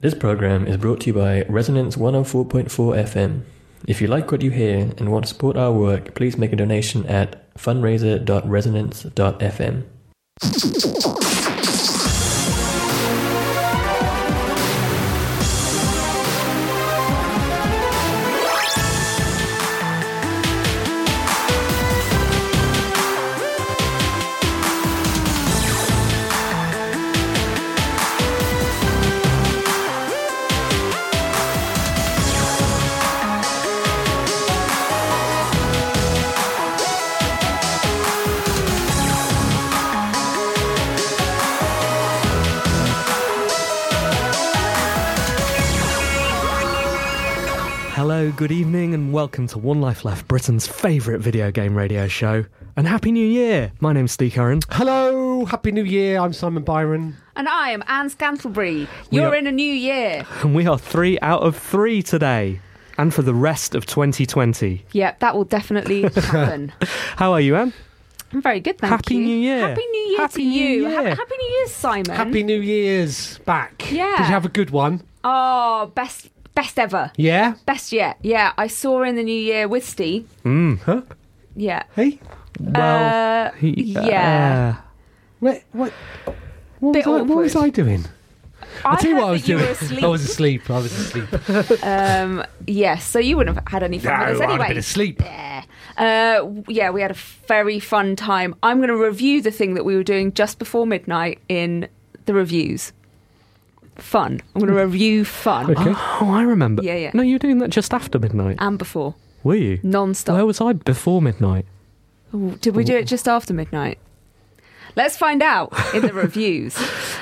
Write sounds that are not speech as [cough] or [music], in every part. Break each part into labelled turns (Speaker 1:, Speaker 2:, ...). Speaker 1: This program is brought to you by Resonance 104.4 FM. If you like what you hear and want to support our work, please make a donation at fundraiser.resonance.fm.
Speaker 2: Hello, good evening, and welcome to One Life Left, Britain's favourite video game radio show. And Happy New Year! My name's Steve Curran.
Speaker 3: Hello, Happy New Year. I'm Simon Byron.
Speaker 4: And I am Anne Scantlebury. You're
Speaker 2: are-
Speaker 4: in a new year.
Speaker 2: and we are three out of three today, and for the rest of 2020.
Speaker 4: Yep, that will definitely
Speaker 3: [laughs]
Speaker 4: happen.
Speaker 2: How are you, Anne?
Speaker 4: I'm very good, thank
Speaker 2: Happy
Speaker 4: you.
Speaker 2: New Year.
Speaker 4: Happy New Year
Speaker 2: Happy
Speaker 4: to
Speaker 2: New
Speaker 4: you.
Speaker 2: Year.
Speaker 4: Ha- Happy New Year, Simon.
Speaker 3: Happy New Year's back.
Speaker 4: Yeah.
Speaker 3: Did you have a good one?
Speaker 4: Oh, best, best ever.
Speaker 3: Yeah.
Speaker 4: Best yet. Yeah, I saw in the new year with Steve.
Speaker 3: Mm, Huh?
Speaker 4: Yeah.
Speaker 3: Hey.
Speaker 4: Well, uh, yeah.
Speaker 3: Wait, what? What
Speaker 4: Bit
Speaker 3: was, I, what was
Speaker 4: awkward.
Speaker 3: I doing?
Speaker 4: I
Speaker 3: I'll tell you
Speaker 4: heard
Speaker 3: what I was
Speaker 4: that you
Speaker 3: doing.
Speaker 4: were asleep.
Speaker 3: [laughs] I was asleep. I was asleep.
Speaker 4: Um, yes, so you wouldn't have had any
Speaker 3: no,
Speaker 4: fun with us
Speaker 3: I'd
Speaker 4: anyway.
Speaker 3: have been asleep.
Speaker 4: Uh, w- yeah, we had a very fun time. I'm going to review the thing that we were doing just before midnight in the reviews. Fun. I'm going to review fun.
Speaker 3: Hmm. Okay.
Speaker 2: Oh, I remember.
Speaker 4: Yeah, yeah.
Speaker 2: No, you were doing that just after midnight,
Speaker 4: And before,
Speaker 2: were you?
Speaker 4: non-stop.
Speaker 2: Where was I before midnight?
Speaker 4: Ooh, Did we do it just after midnight? Let's find out in the
Speaker 3: [laughs]
Speaker 4: reviews.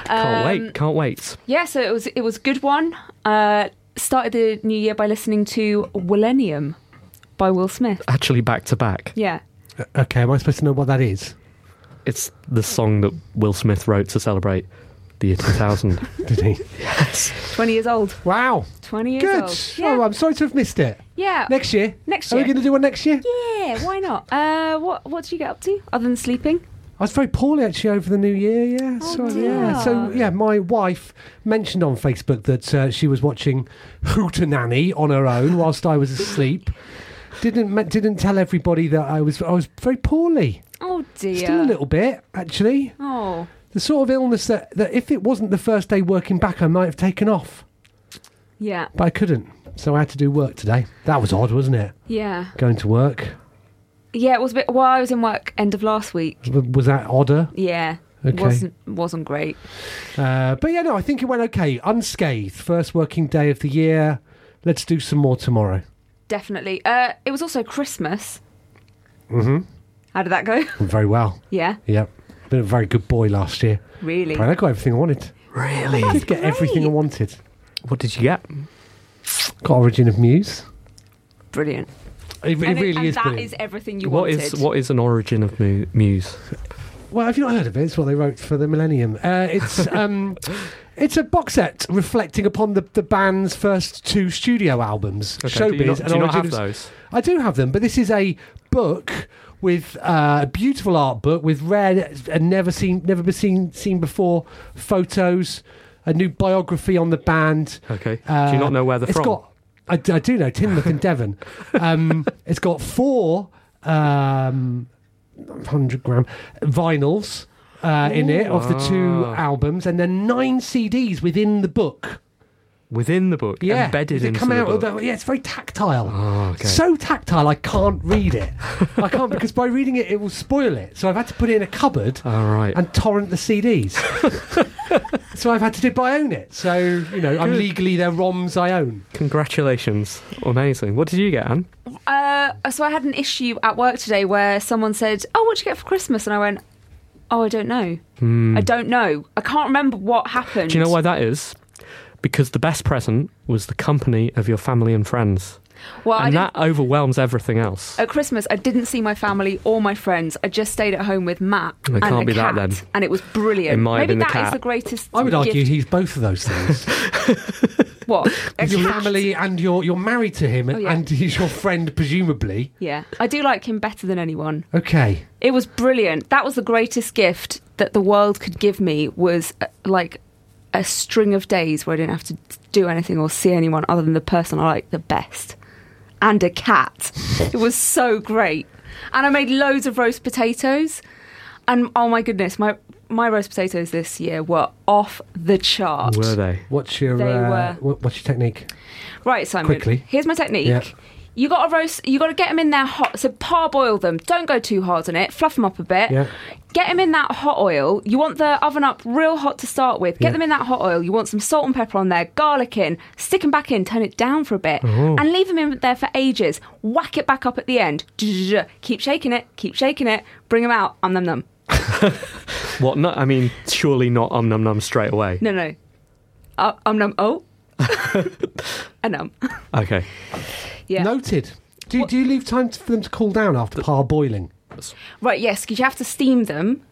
Speaker 2: Can't
Speaker 4: Um,
Speaker 2: wait, can't wait.
Speaker 4: Yeah, so it was it was a good one. Uh, started the new year by listening to Millennium by Will Smith.
Speaker 2: Actually, back to back.
Speaker 4: Yeah.
Speaker 3: Uh, Okay. Am I supposed to know what that [laughs] is?
Speaker 2: It's the song that Will Smith wrote to celebrate the year 2000.
Speaker 3: Did he?
Speaker 4: 20 years old.
Speaker 3: [laughs] Wow.
Speaker 4: 20 years
Speaker 3: Good.
Speaker 4: old. Yeah.
Speaker 3: Oh, I'm sorry to have missed it.
Speaker 4: yeah.
Speaker 3: Next year.
Speaker 4: Next
Speaker 3: Are
Speaker 4: year.
Speaker 3: we going to do one next year?
Speaker 4: Yeah, why not? Uh, what what did you get up to other than sleeping?
Speaker 3: I was very poorly actually over the new year. Yeah,
Speaker 4: Oh,
Speaker 3: so yeah, so yeah. My wife mentioned on Facebook that uh, she was watching Hootenanny on her own whilst I was asleep. Didn't me- didn't tell everybody that I was I was very poorly.
Speaker 4: Oh dear.
Speaker 3: Still a little bit actually.
Speaker 4: Oh,
Speaker 3: The sort of illness that that if it wasn't the first day working back, I might have taken off,
Speaker 4: yeah,
Speaker 3: but I couldn't. So I had to do work today. That was odd, wasn't it?
Speaker 4: yeah,
Speaker 3: Going to work
Speaker 4: yeah. It was a bit. While I was in work, end of last week.
Speaker 3: W- was that odder?
Speaker 4: Yeah,
Speaker 3: Okay.
Speaker 4: wasn't wasn't great.
Speaker 3: Uh, but yeah, no, I think it went okay. Unscathed. First working day of the year. Let's do some more tomorrow.
Speaker 4: Definitely. Uh, it was also Christmas. Mm-hmm. How did that go? [laughs]
Speaker 3: Very well.
Speaker 4: yeah,
Speaker 3: Yep. Been a very good boy last year.
Speaker 4: really.
Speaker 3: Right, I got everything I wanted.
Speaker 2: really?
Speaker 3: I did get everything I wanted.
Speaker 2: What did you get?
Speaker 3: Got Origin of Muse.
Speaker 4: Brilliant.
Speaker 3: It, it
Speaker 4: and it-
Speaker 3: really
Speaker 4: and
Speaker 3: is.
Speaker 4: that
Speaker 3: brilliant.
Speaker 4: is everything you
Speaker 2: What
Speaker 4: wanted.
Speaker 2: is what is an origin of mu- muse?
Speaker 3: Well, have you not heard of it? It's what they wrote for the Millennium. Uh, [laughs] it's um, it's a box set reflecting upon the, the band's first two studio albums,
Speaker 2: Okay,
Speaker 3: Showbiz
Speaker 2: do you not,
Speaker 3: and
Speaker 2: do you not
Speaker 3: Origin
Speaker 2: have
Speaker 3: of
Speaker 2: those?
Speaker 3: I do have them, but this is a book with uh, a beautiful art book with rare and never seen, never been seen seen before photos, a new biography on the band. uh,
Speaker 2: Okay. do you not know where they're
Speaker 3: it's
Speaker 2: from?
Speaker 3: Got, I, d- I do know Tinmouth
Speaker 2: [laughs]
Speaker 3: and Devon. Um, it's got four um, hundred gram vinyls. uh, in it of the two albums, and then nine CDs within the book.
Speaker 2: Within the book,
Speaker 3: Yeah,
Speaker 2: embedded
Speaker 3: They
Speaker 2: into
Speaker 3: come
Speaker 2: the
Speaker 3: out
Speaker 2: book.
Speaker 3: of the- yeah, it's very tactile.
Speaker 2: Oh, okay.
Speaker 3: So tactile, I can't read it. I can't because by reading it, it will spoil it. So I've had to put it in a cupboard
Speaker 2: All right.
Speaker 3: and torrent
Speaker 2: [laughs]
Speaker 3: the CDs. so I've had to do it, but I own it. So you know, I'm
Speaker 2: Good.
Speaker 3: legally their ROMs I own.
Speaker 2: Congratulations. Amazing. What did you get, Anne?
Speaker 4: Uh, so I had an issue at work today where someone said, "Oh, what'd you get for Christmas?" And I went, "Oh, I don't know. I don't know. I can't remember what happened."
Speaker 2: Do you know why that is? Because the best present was the company of your family and friends.
Speaker 4: Well, I
Speaker 2: and
Speaker 4: didn't-
Speaker 2: that overwhelms everything else.
Speaker 3: Oh,
Speaker 4: at Christmas, I didn't see my family or my friends. I just stayed at home with Matt
Speaker 2: It
Speaker 4: and
Speaker 2: can't
Speaker 4: a
Speaker 2: be that
Speaker 4: cat,
Speaker 2: then.
Speaker 4: and it was brilliant.
Speaker 2: It might have
Speaker 4: Maybe
Speaker 2: been the
Speaker 4: that is
Speaker 2: cat.
Speaker 4: the greatest.
Speaker 3: I would argue
Speaker 4: gift-
Speaker 3: he's both of those
Speaker 4: [laughs]
Speaker 3: things.
Speaker 4: what A
Speaker 3: [laughs] your
Speaker 4: cat?
Speaker 3: family and you're you're married to him, and,
Speaker 4: Oh, yeah.
Speaker 3: and he's your friend presumably.
Speaker 4: Yeah, I do like him better than anyone.
Speaker 3: Okay.
Speaker 4: It was brilliant. That was the greatest gift that the world could give me was uh, like a string of days where I didn't have to do anything or see anyone other than the person I liked the best and a cat. it was so great. And I made loads of roast potatoes. And oh my goodness, my my roast potatoes this year were off the chart.
Speaker 2: Were they?
Speaker 3: What's your
Speaker 4: They
Speaker 3: uh,
Speaker 4: were-
Speaker 3: wha- what's your technique?
Speaker 4: Right, Simon.
Speaker 3: Quickly.
Speaker 4: Here's my technique.
Speaker 3: Yeah.
Speaker 4: You got to roast. You got to get them in there hot. So parboil them. Don't go too hard on it. Fluff them up a bit.
Speaker 3: Yeah.
Speaker 4: Get them in that hot oil. You want the oven up real hot to start with. Get
Speaker 3: Yeah.
Speaker 4: them in that hot oil. You want some salt and pepper on there, garlic in. Stick them back in. Turn it down for a bit,
Speaker 3: Oh.
Speaker 4: and leave them in there for ages. Whack it back up at the end. [laughs] Keep shaking it. Keep shaking it. Bring them out. Um num num.
Speaker 2: What? No, I mean, surely not um num num straight away.
Speaker 4: No no. Uh, um num. Oh. [laughs] a num.
Speaker 2: Okay.
Speaker 4: [laughs] Yeah.
Speaker 3: Noted. Do, do you leave time for them to cool down after parboiling?
Speaker 4: Right, yes, because you have to steam them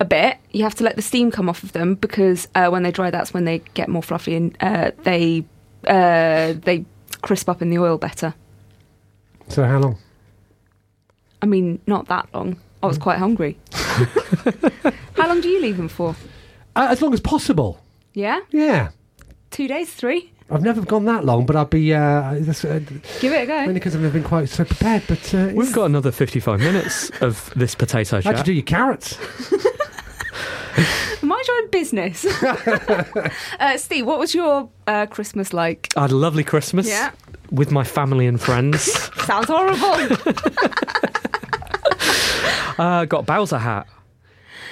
Speaker 4: a bit. You have to let the steam come off of them because uh, when they dry, that's when they get more fluffy and uh, they uh, they crisp up in the oil better.
Speaker 3: So how long?
Speaker 4: I mean, not that long. I was quite hungry. How long do you leave them for?
Speaker 3: Uh, as long as possible.
Speaker 4: Yeah,
Speaker 3: Yeah.
Speaker 4: two days, three.
Speaker 3: I've never gone that long, but I'd be uh, that's, uh,
Speaker 4: Give it a go.
Speaker 3: only because I've never been quite so prepared. But uh,
Speaker 2: We've got another 55 minutes of this potato
Speaker 3: how to
Speaker 2: chat.
Speaker 3: do your carrots?
Speaker 4: Mind your own business. uh, Steve, what was your uh, Christmas like?
Speaker 2: I had a lovely Christmas
Speaker 4: Yeah.
Speaker 2: with my family and
Speaker 3: [laughs]
Speaker 2: friends.
Speaker 4: Sounds horrible.
Speaker 2: uh, got Bowser hat.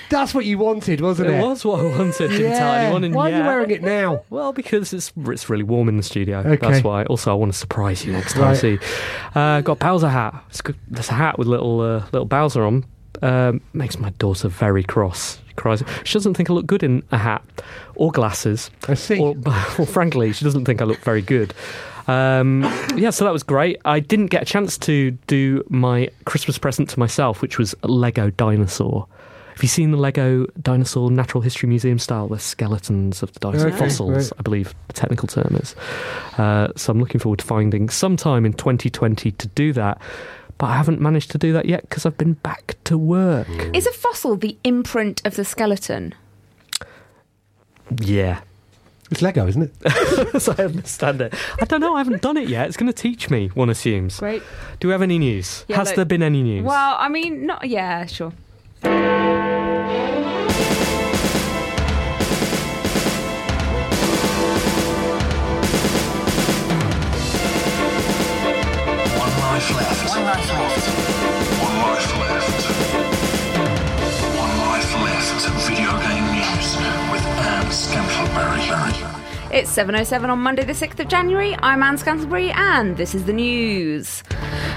Speaker 3: That's what you wanted, wasn't it?
Speaker 2: It was what I
Speaker 3: [laughs]
Speaker 2: wanted entirely. One in
Speaker 3: Why are you
Speaker 2: yeah.
Speaker 3: wearing it now?
Speaker 2: Well, because it's it's really warm in the studio.
Speaker 3: Okay.
Speaker 2: That's why. Also, I want to surprise you next time. I
Speaker 3: Right.
Speaker 2: See, uh, got Bowser hat. It's good. There's a hat with little uh, little Bowser on. Um, makes my daughter very cross. She cries. She doesn't think I look good in a hat or glasses.
Speaker 3: I see.
Speaker 2: Or, [laughs] or frankly, she doesn't think I look very good. Um, yeah, so that was great. I didn't get a chance to do my Christmas present to myself, which was a Lego dinosaur. Have you seen the Lego dinosaur Natural History Museum style? They're skeletons of the dinosaur
Speaker 3: Okay,
Speaker 2: fossils,
Speaker 3: right.
Speaker 2: I believe the technical term is. Uh, so I'm looking forward to finding sometime in 2020 to do that. But I haven't managed to do that yet because I've been back to work.
Speaker 4: Is a fossil the imprint of the skeleton?
Speaker 2: [laughs] Yeah.
Speaker 3: It's Lego, isn't it? [laughs]
Speaker 2: so I understand it. I don't know. I haven't done it yet. It's going to teach me. One assumes.
Speaker 4: Great.
Speaker 2: Do we have any news?
Speaker 4: Yeah,
Speaker 2: Has
Speaker 4: look-
Speaker 2: there been any news?
Speaker 4: Well, I mean, not yeah, sure.
Speaker 5: One life left. One life left. One life left. One life left. Video game news with Anne Scantleberry.
Speaker 4: It's 7.07 on Monday the 6th of January. I'm Anne Scantlebury and this is the news.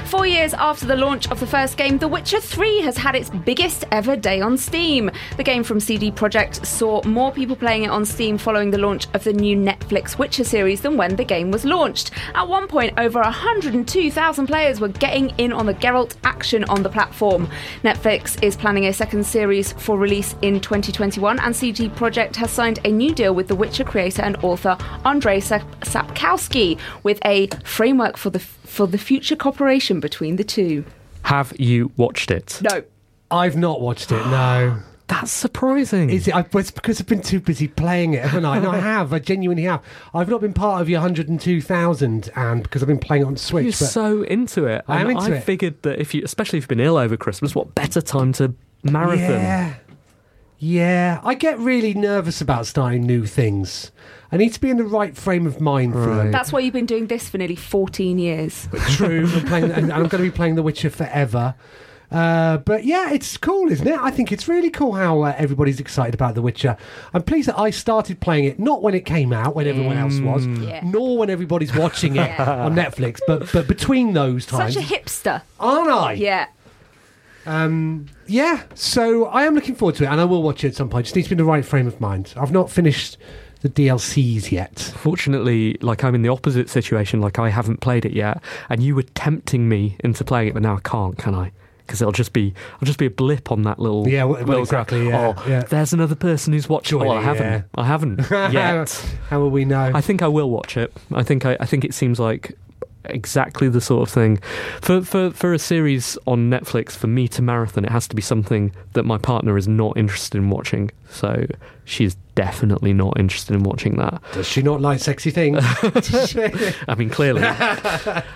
Speaker 4: Four years after the launch of the first game, The Witcher 3 has had its biggest ever day on Steam. The game from CD Projekt saw more people playing it on Steam following the launch of the new Netflix Witcher series than when the game was launched. At one point, over 102,000 players were getting in on the Geralt action on the platform. Netflix is planning a second series for release in 2021, and CD Projekt has signed a new deal with The Witcher creator and author Andrei Sap- Sapkowski with a framework for the for the future cooperation between the two.
Speaker 2: have you watched it?
Speaker 4: No.
Speaker 3: I've not watched it. No.
Speaker 2: That's surprising.
Speaker 3: Is it? I, it's because I've been too busy playing it, haven't I? No, I [laughs] have. I genuinely have. I've not been part of your 102,000, and because I've been playing it on Switch.
Speaker 2: You're
Speaker 3: but
Speaker 2: so into it.
Speaker 3: I am
Speaker 2: And
Speaker 3: into
Speaker 2: I
Speaker 3: it.
Speaker 2: figured that if you, especially if you've been ill over Christmas, what better time to marathon?
Speaker 3: yeah, Yeah, I get really nervous about starting new things. I need to be in the right frame of mind for
Speaker 2: Right.
Speaker 3: it.
Speaker 4: That's why you've been doing this for nearly 14 years.
Speaker 3: True, I'm playing, and and I'm going to be playing The Witcher forever. Uh, but yeah, it's cool, isn't it? I think it's really cool how uh, everybody's excited about The Witcher. I'm pleased that I started playing it not when it came out, when everyone else was,
Speaker 4: Mm. Yeah.
Speaker 3: nor when everybody's
Speaker 4: [laughs]
Speaker 3: watching it on Netflix, but but between those times,
Speaker 4: Such a hipster.
Speaker 3: aren't I?
Speaker 4: Yeah.
Speaker 3: Yeah, so I am looking forward to it, and I will watch it at some point. Just needs to be in the right frame of mind. I've not finished the DLCs yet.
Speaker 2: Fortunately, like I'm in the opposite situation, like I haven't played it yet, and you were tempting me into playing it, but now I can't, can I? Because it'll just be, I'll just be a blip on that little,
Speaker 3: Yeah, well, well,
Speaker 2: little
Speaker 3: exactly,
Speaker 2: graph.
Speaker 3: yeah,
Speaker 2: oh,
Speaker 3: yeah.
Speaker 2: there's another person who's watching.
Speaker 3: Surely,
Speaker 2: well, I haven't,
Speaker 3: yeah.
Speaker 2: I haven't
Speaker 3: [laughs]
Speaker 2: yet.
Speaker 3: How will we know?
Speaker 2: I think I will watch it. I think I, I think it seems like exactly the sort of thing for, for for a series on Netflix for me to marathon. It has to be something that my partner is not interested in watching. So she's definitely not interested in watching that.
Speaker 3: Does she not like sexy things?
Speaker 2: I mean,
Speaker 3: [laughs]
Speaker 2: clearly. uh,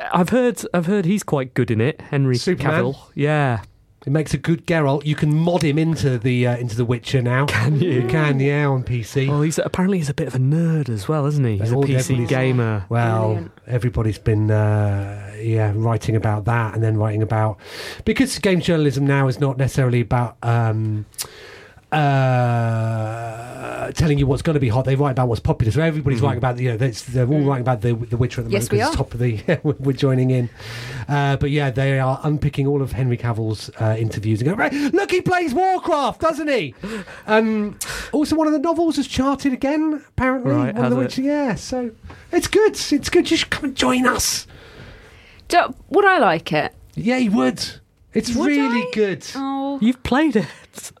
Speaker 2: I've heard I've heard he's quite good in it. Henry
Speaker 3: Superman?
Speaker 2: Cavill. Yeah.
Speaker 3: It makes a good Geralt. You can mod him into the uh, into the Witcher now. Can you? can, yeah, on PC.
Speaker 2: Well, he's apparently he's a bit of a nerd as well, isn't he? He's a
Speaker 3: all
Speaker 2: PC
Speaker 3: definitely-
Speaker 2: gamer.
Speaker 3: Well,
Speaker 4: Brilliant.
Speaker 3: everybody's been uh, yeah writing about that, and then writing about because game journalism now is not necessarily about um, uh, telling you what's going to be hot. They write about what's popular, so everybody's writing about you know that's, they're all writing about the the Witcher
Speaker 4: Mm-hmm.
Speaker 3: at the
Speaker 4: Mm. Yes,
Speaker 3: moment.
Speaker 4: we
Speaker 3: 'cause
Speaker 4: are.
Speaker 3: It's top of the [laughs] we're- we're joining in, uh, but yeah, they are unpicking all of Henry Cavill's uh, interviews and going right. Look, he plays Warcraft, doesn't he? Um, also, one of the novels has charted again. Apparently,
Speaker 2: Right,
Speaker 3: one of the
Speaker 2: has it?
Speaker 3: Witcher, yeah. So it's good. It's good. You should come and join us.
Speaker 4: Do- would I like it?
Speaker 3: Yeah, he would. It's
Speaker 4: Would
Speaker 3: really
Speaker 4: I?
Speaker 3: good.
Speaker 4: Oh,
Speaker 2: You've played it. [laughs]
Speaker 4: have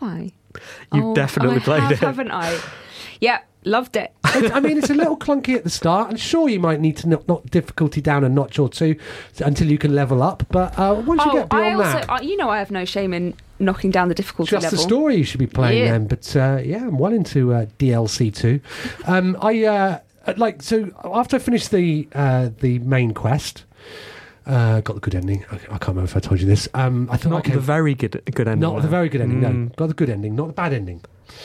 Speaker 4: I?
Speaker 2: You've
Speaker 4: Oh,
Speaker 2: definitely
Speaker 4: I
Speaker 2: played
Speaker 4: have,
Speaker 2: it.
Speaker 4: haven't I? Yeah, loved it.
Speaker 3: It- I mean, it's a little clunky at the start, and sure, you might need to knock, knock difficulty down a notch or two s- until you can level up. But uh, once you
Speaker 4: oh,
Speaker 3: get
Speaker 4: I
Speaker 3: beyond
Speaker 4: also,
Speaker 3: that,
Speaker 4: I, you know, I have no shame in knocking down the difficulty
Speaker 3: just
Speaker 4: level.
Speaker 3: the story you should be playing
Speaker 4: Yeah.
Speaker 3: then. But uh, yeah, I'm well into uh, DLC two. Um, I uh, like so after I finished the uh, the main quest, uh, got the good ending. I, I can't remember if I told you this. Um, I thought
Speaker 2: Not
Speaker 3: okay,
Speaker 2: the very good good ending.
Speaker 3: Not the
Speaker 2: though.
Speaker 3: very good ending, no.
Speaker 2: Mm.
Speaker 3: Got the good ending, not the bad ending.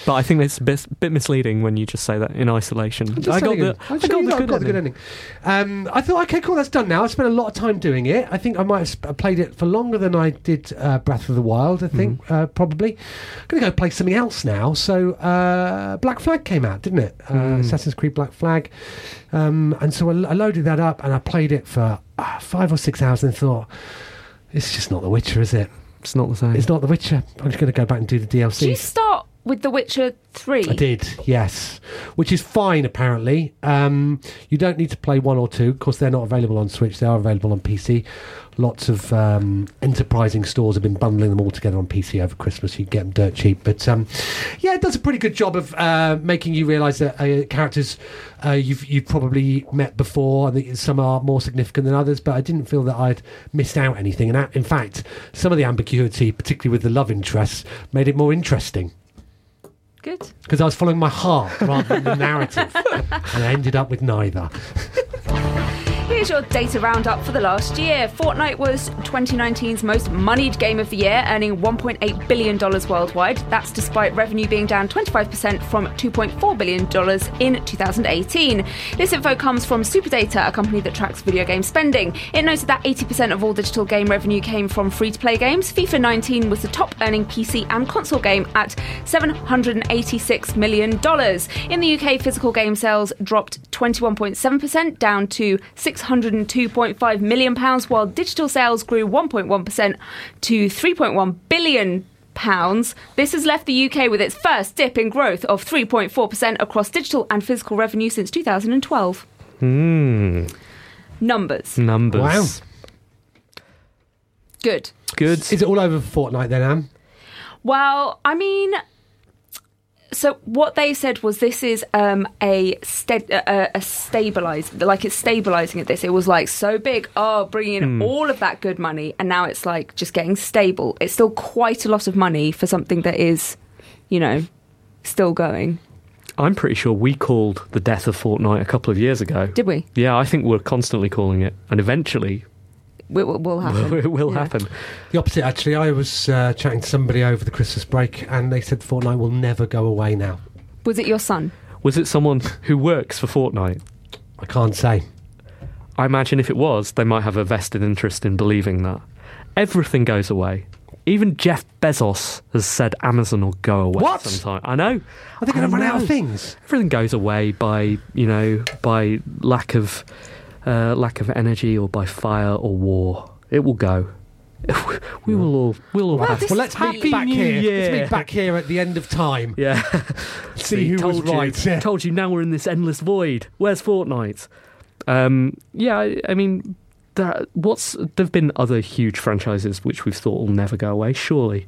Speaker 2: But I think it's a bit, bit misleading when you just say that in isolation.
Speaker 3: I'm just
Speaker 2: I got
Speaker 3: telling you.
Speaker 2: the, I
Speaker 3: I'm sure
Speaker 2: got
Speaker 3: you
Speaker 2: the
Speaker 3: lot
Speaker 2: good
Speaker 3: got the
Speaker 2: ending.
Speaker 3: good ending. Um, I thought, okay, cool, that's done now. I spent a lot of time doing it. I think I might have sp- played it for longer than I did uh, Breath of the Wild, I think,
Speaker 2: Mm-hmm.
Speaker 3: uh, probably. I'm going to go play something else now. So, uh, Black Flag came out, didn't it? Uh,
Speaker 2: Mm.
Speaker 3: Assassin's Creed Black Flag. Um, and so I, I loaded that up and I played it for uh, five or six hours and thought, it's just not The Witcher, is it?
Speaker 2: It's not the same.
Speaker 3: It's not The Witcher. I'm just going to go back and do the DLC.
Speaker 4: Did you start with The Witcher 3?
Speaker 3: I did, yes. Which is fine, apparently. Um, you don't need to play one or two. Of course, they're not available on Switch. They are available on PC. Lots of um, enterprising stores have been bundling them all together on PC over Christmas. You get them dirt cheap. But um, yeah, it does a pretty good job of uh, making you realise that uh, characters uh, you've, you've probably met before and that some are more significant than others. But I didn't feel that I'd missed out anything. And uh, in fact, some of the ambiguity, particularly with the love interests, made it more interesting
Speaker 4: Good.
Speaker 3: because I was following my heart rather
Speaker 2: [laughs]
Speaker 3: than the narrative, and I ended up with neither.
Speaker 4: Here's your data roundup for the last year. Fortnite was 2019's most moneyed game of the year, earning $1.8 billion worldwide. That's despite revenue being down 25% from $2.4 billion in 2018. This info comes from Superdata, a company that tracks video game spending. It noted that 80% of all digital game revenue came from free to play games. FIFA 19 was the top earning PC and console game at $786 million. In the UK, physical game sales dropped 21.7%, down to £602.5 million, while digital sales grew 1.1% to £3.1 billion. This has left the UK with its first dip in growth of 3.4% across digital and physical revenue since 2012. Numbers.
Speaker 2: Numbers.
Speaker 3: Wow.
Speaker 4: Good.
Speaker 2: Good.
Speaker 3: Is it all over for Fortnite then, Am?
Speaker 4: Well, I mean, so what they said was this is um, a sta- a, a stabilize, like it's stabilizing at this. It was like so big, oh, bringing in all of that good money, and now it's like just getting stable. It's still quite a lot of money for something that is, you know, still going.
Speaker 2: I'm pretty sure we called the death of Fortnite a couple of years ago.
Speaker 4: Did we?
Speaker 3: [laughs]
Speaker 2: Yeah, I think we're constantly calling it. And eventually,
Speaker 4: It will, will
Speaker 2: [laughs]
Speaker 4: happen.
Speaker 2: it will
Speaker 4: Yeah.
Speaker 2: happen.
Speaker 3: The opposite, actually. I was uh, chatting to somebody over the Christmas break, and they said Fortnite will never go away now.
Speaker 4: Was it your son?
Speaker 2: Was it someone who works for Fortnite?
Speaker 3: I can't say.
Speaker 2: I imagine if it was, they might have a vested interest in believing that. Everything goes away. Even Jeff Bezos has said Amazon will go away
Speaker 3: What?
Speaker 2: sometime. I know.
Speaker 3: Are they going to
Speaker 2: I
Speaker 3: run out
Speaker 2: know.
Speaker 3: of things?
Speaker 2: Everything goes away by, you know, by lack of uh, lack of energy or by fire or war. It will go. [laughs] we will all we'll all have
Speaker 3: well, let's meet
Speaker 2: Happy
Speaker 3: back
Speaker 2: New
Speaker 3: here. Let's
Speaker 2: Year.
Speaker 3: meet back here at the end of time.
Speaker 2: Yeah.
Speaker 3: See who was
Speaker 2: told you, [laughs]
Speaker 3: right. Yeah.
Speaker 2: Told you now we're in this endless void. Where's Fortnite? Um, yeah, I, I mean, that, what's there've been other huge franchises which we've thought will never go away. Surely,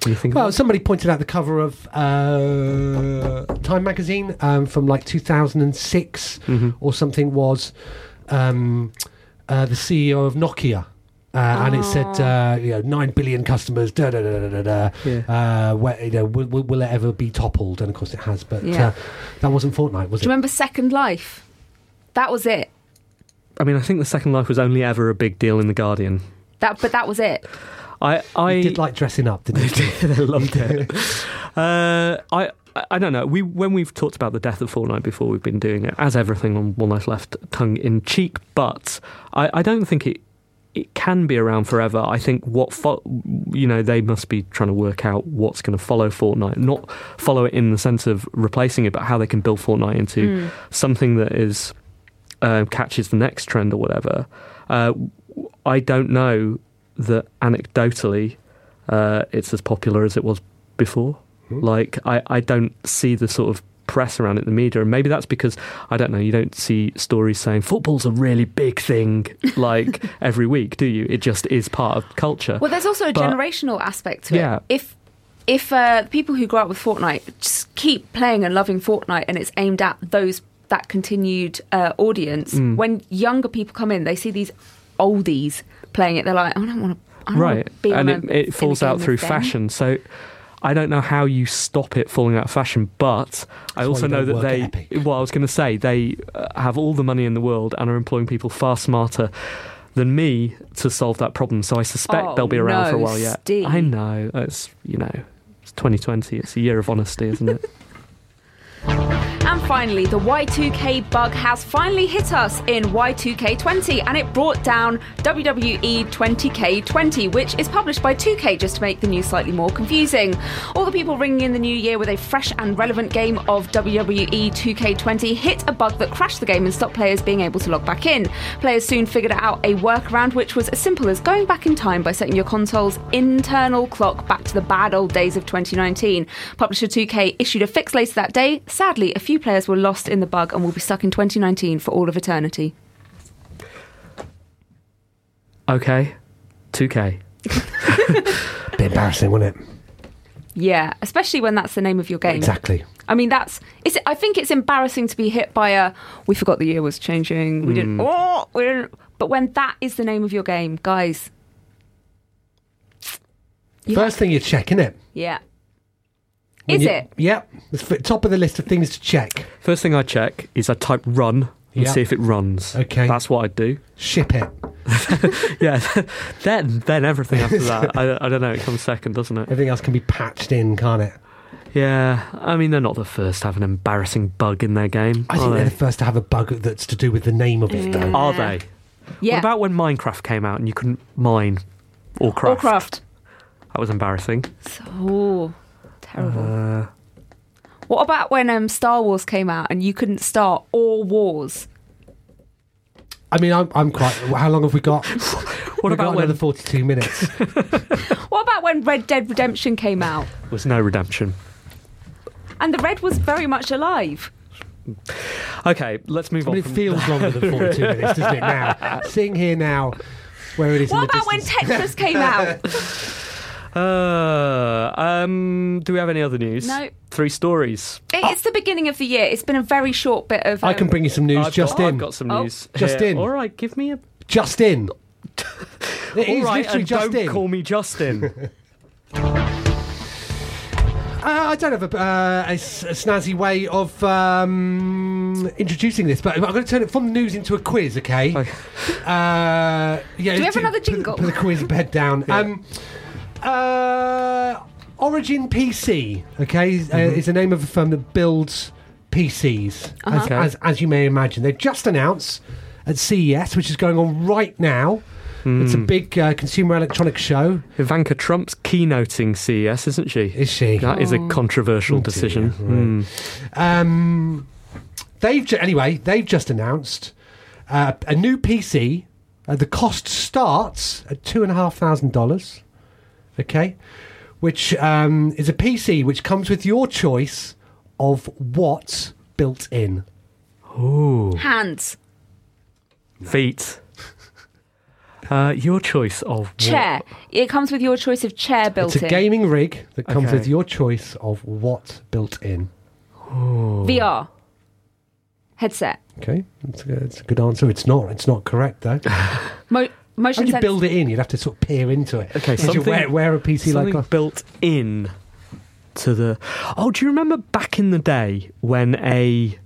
Speaker 2: do you think?
Speaker 3: Well,
Speaker 2: about
Speaker 3: somebody pointed out the cover of uh, Time magazine um, from like 2006
Speaker 4: Mm-hmm.
Speaker 3: or something was um, uh, the CEO of Nokia. Uh, and it said,
Speaker 4: Ah.
Speaker 3: uh, you know, nine billion customers. Da da da da da. da. Uh, where, you know, will, will, will it ever be toppled? And of course, it has. But
Speaker 4: Yeah.
Speaker 3: uh, that wasn't Fortnite, was
Speaker 4: Do you
Speaker 3: it?
Speaker 4: remember Second Life? That was it.
Speaker 2: I mean, I think the Second Life was only ever a big deal in the Guardian.
Speaker 4: That, but that was it.
Speaker 2: I I
Speaker 3: You did like dressing up, didn't
Speaker 2: [laughs]
Speaker 4: [laughs]
Speaker 3: you?
Speaker 2: I loved it. uh, I. I- I don't know. We when we've talked about the death of Fortnite before, we've been doing it as everything on One Life Left, tongue in cheek. But I, I don't think it it can be around forever. I think what fo- you know they must be trying to work out what's going to follow Fortnite, not follow it in the sense of replacing it, but how they can build Fortnite into something that is uh, catches the next trend or whatever. Uh, I don't know that anecdotally uh, it's as popular as it was before. Like, I, I don't see the sort of press around it in the media. And maybe that's because, I don't know, you don't see stories saying football's a really big thing like every week, do you? It just is part of culture.
Speaker 4: Well, there's also a
Speaker 2: But-
Speaker 4: generational aspect to
Speaker 2: Yeah.
Speaker 4: it. If if uh, people who grew up with Fortnite just keep playing and loving Fortnite, and it's aimed at those that continued uh, audience,
Speaker 2: Mm.
Speaker 4: when younger people come in, they see these oldies playing it. They're like, I don't want to.
Speaker 2: right.
Speaker 4: Be
Speaker 2: And
Speaker 4: on
Speaker 2: it,
Speaker 4: a- in a
Speaker 2: it falls out
Speaker 4: game
Speaker 2: through
Speaker 4: with them.
Speaker 2: fashion. So. I don't know how you stop it falling out of fashion, but I also
Speaker 3: you
Speaker 2: know
Speaker 3: don't
Speaker 2: that
Speaker 3: work
Speaker 2: they.
Speaker 3: at Epic.
Speaker 2: Well, I was going to say they uh, have all the money in the world and are employing people far smarter than me to solve that problem. So I suspect
Speaker 4: Oh,
Speaker 2: they'll be around for a
Speaker 4: no,
Speaker 2: while yet.
Speaker 4: Steve.
Speaker 2: I know. It's you know, it's 2020. It's a year of honesty, isn't
Speaker 4: [laughs]
Speaker 2: it?
Speaker 4: And finally, the Y2K bug has finally hit us in Y2K20 and it brought down E WWE 20K20, which is published by 2K just to make the news slightly more confusing. All the people ringing in the new year with a fresh and relevant game of E WWE 2K20 hit a bug that crashed the game and stopped players being able to log back in. Players soon figured out a workaround, which was as simple as going back in time by setting your console's internal clock back to the bad old days of 2019. Publisher 2K issued a fix later that day. Sadly, a few players were lost in the bug and will be stuck in 2019 for all of eternity.
Speaker 2: Okay, 2K.
Speaker 3: Bit embarrassing, wasn't it?
Speaker 4: Yeah, especially when that's the name of your game.
Speaker 3: Exactly.
Speaker 4: I mean, that's. It's, I think it's embarrassing to be hit by a. We forgot the year was changing. We
Speaker 2: Mm.
Speaker 4: didn't. Oh, we didn't. But when that is the name of your game, guys. You
Speaker 3: First thing you check, innit?
Speaker 4: Yeah.
Speaker 3: When
Speaker 4: Is
Speaker 3: you-
Speaker 4: it?
Speaker 3: Yep. It's f- top of the list of things to check.
Speaker 2: First thing I check is I type run and
Speaker 3: Yeah.
Speaker 2: see if it runs.
Speaker 3: Okay.
Speaker 2: that's what I do.
Speaker 3: Ship it.
Speaker 2: Yeah, [laughs] then then everything after that. I, I don't know. It comes second, doesn't it?
Speaker 3: Everything else can be patched in, can't it?
Speaker 2: Yeah, I mean they're not the first to have an embarrassing bug in their game.
Speaker 3: I
Speaker 2: are
Speaker 3: think
Speaker 2: they?
Speaker 3: they're the first to have a bug that's to do with the name of it, though.
Speaker 2: Are they?
Speaker 4: Yeah.
Speaker 2: What about when Minecraft came out and you couldn't mine or craft?
Speaker 4: Warcraft?
Speaker 2: That was
Speaker 3: [laughs]
Speaker 2: embarrassing.
Speaker 4: Oh, terrible. what about when um, Star Wars came out and you couldn't start all wars?
Speaker 3: I mean, I'm, I'm quite. How long have we got? [laughs] what
Speaker 2: What
Speaker 3: We've
Speaker 2: about
Speaker 3: got
Speaker 2: when
Speaker 3: another
Speaker 2: there
Speaker 3: 42 [laughs] minutes?
Speaker 4: What about when Red Dead Redemption came out
Speaker 2: was no redemption?
Speaker 4: and the red was very much alive?
Speaker 2: Okay, let's move
Speaker 3: I mean,
Speaker 2: on.
Speaker 3: it
Speaker 2: From,
Speaker 3: feels longer than 42 minutes, doesn't it? Now, [laughs] seeing here now, where it is.
Speaker 4: What
Speaker 3: in the
Speaker 4: about when
Speaker 3: distance.
Speaker 4: Tetris came out?
Speaker 3: [laughs]
Speaker 2: uh, um, do we have any other news?
Speaker 4: No.
Speaker 2: Three stories.
Speaker 4: It- It's the beginning of the year. It's been a very short bit of.
Speaker 3: I can
Speaker 4: um,
Speaker 3: bring you some news
Speaker 2: I've
Speaker 3: just
Speaker 2: got,
Speaker 3: in.
Speaker 2: I've got some
Speaker 4: Oh.
Speaker 2: news.
Speaker 3: Just
Speaker 2: here.
Speaker 3: in.
Speaker 2: All right, give me a.
Speaker 3: Just [laughs] in. It
Speaker 2: all
Speaker 3: is
Speaker 2: right,
Speaker 3: literally
Speaker 2: and
Speaker 3: just
Speaker 2: don't
Speaker 3: in.
Speaker 2: call me
Speaker 3: [laughs]
Speaker 2: Justin.
Speaker 3: Uh, I don't have a, uh, a s- a snazzy way of um, um, introducing this, but I'm going to turn it from the news into a quiz, okay?
Speaker 2: Okay.
Speaker 3: Uh, yeah, Do
Speaker 4: we have another jingle?
Speaker 3: Put, the quiz bed down. Um, uh, Origin PC, okay, is, uh,
Speaker 4: Mm-hmm.
Speaker 3: is the name of a firm that builds PCs,
Speaker 4: Uh-huh.
Speaker 3: as,
Speaker 2: Okay.
Speaker 3: as, as you may imagine. They've just announced at CES, which is going on right now.
Speaker 4: Hmm.
Speaker 3: It's a big uh, consumer electronics show.
Speaker 2: Ivanka Trump's keynoting CES, isn't she?
Speaker 3: Is she?
Speaker 2: That is a
Speaker 3: Oh,
Speaker 2: controversial decision. Mm.
Speaker 3: Um, they've ju- anyway, they've just announced uh, a new PC. Uh, the cost starts at two and a half thousand dollars. Okay, which um, is a PC which comes with your choice of what's built in.
Speaker 2: Hmm.
Speaker 4: Hands,
Speaker 2: Feet. Uh, your choice of
Speaker 4: chair.
Speaker 2: What?
Speaker 4: It comes with your choice of chair built
Speaker 3: It's a
Speaker 4: in.
Speaker 3: gaming rig that comes
Speaker 2: Okay.
Speaker 3: with your choice of what's built in.
Speaker 4: VR headset.
Speaker 3: Okay, that's a, good- that's a good answer. It's not. It's not
Speaker 4: [laughs]
Speaker 3: correct though.
Speaker 4: Mo-
Speaker 3: How
Speaker 4: motion
Speaker 3: do you
Speaker 4: sens-
Speaker 3: build it in? You'd have to sort of peer into it.
Speaker 2: Okay,
Speaker 3: Would you
Speaker 2: something-
Speaker 3: wear, wear a PC like
Speaker 2: Something
Speaker 3: that?
Speaker 2: built in to the. Oh, do you remember back in the day when a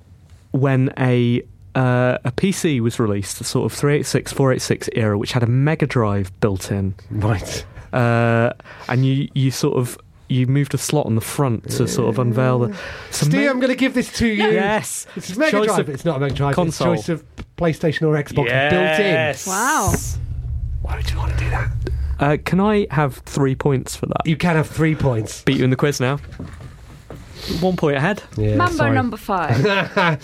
Speaker 2: when a uh, a PC was released, the sort of 386, 486 era, which had a Mega Drive built in,
Speaker 3: [laughs] Right.
Speaker 2: uh, and you you sort of you moved a slot on the front to sort of unveil the. So
Speaker 3: Steve,
Speaker 2: may-
Speaker 3: I'm going to give this to you.
Speaker 2: yes,
Speaker 3: It's a Mega
Speaker 2: Choice
Speaker 3: Drive.
Speaker 2: of-
Speaker 3: It's not a Mega Drive.
Speaker 2: console.
Speaker 3: It's choice of PlayStation or Xbox
Speaker 2: Yes.
Speaker 4: Wow.
Speaker 3: built in. Why would you want to do that?
Speaker 2: Uh, can I have three points for that?
Speaker 3: You can have three points.
Speaker 2: Beat you in the quiz now. One point ahead.
Speaker 3: Yeah,
Speaker 4: Mambo
Speaker 3: sorry. [laughs]
Speaker 4: number five.
Speaker 3: uh,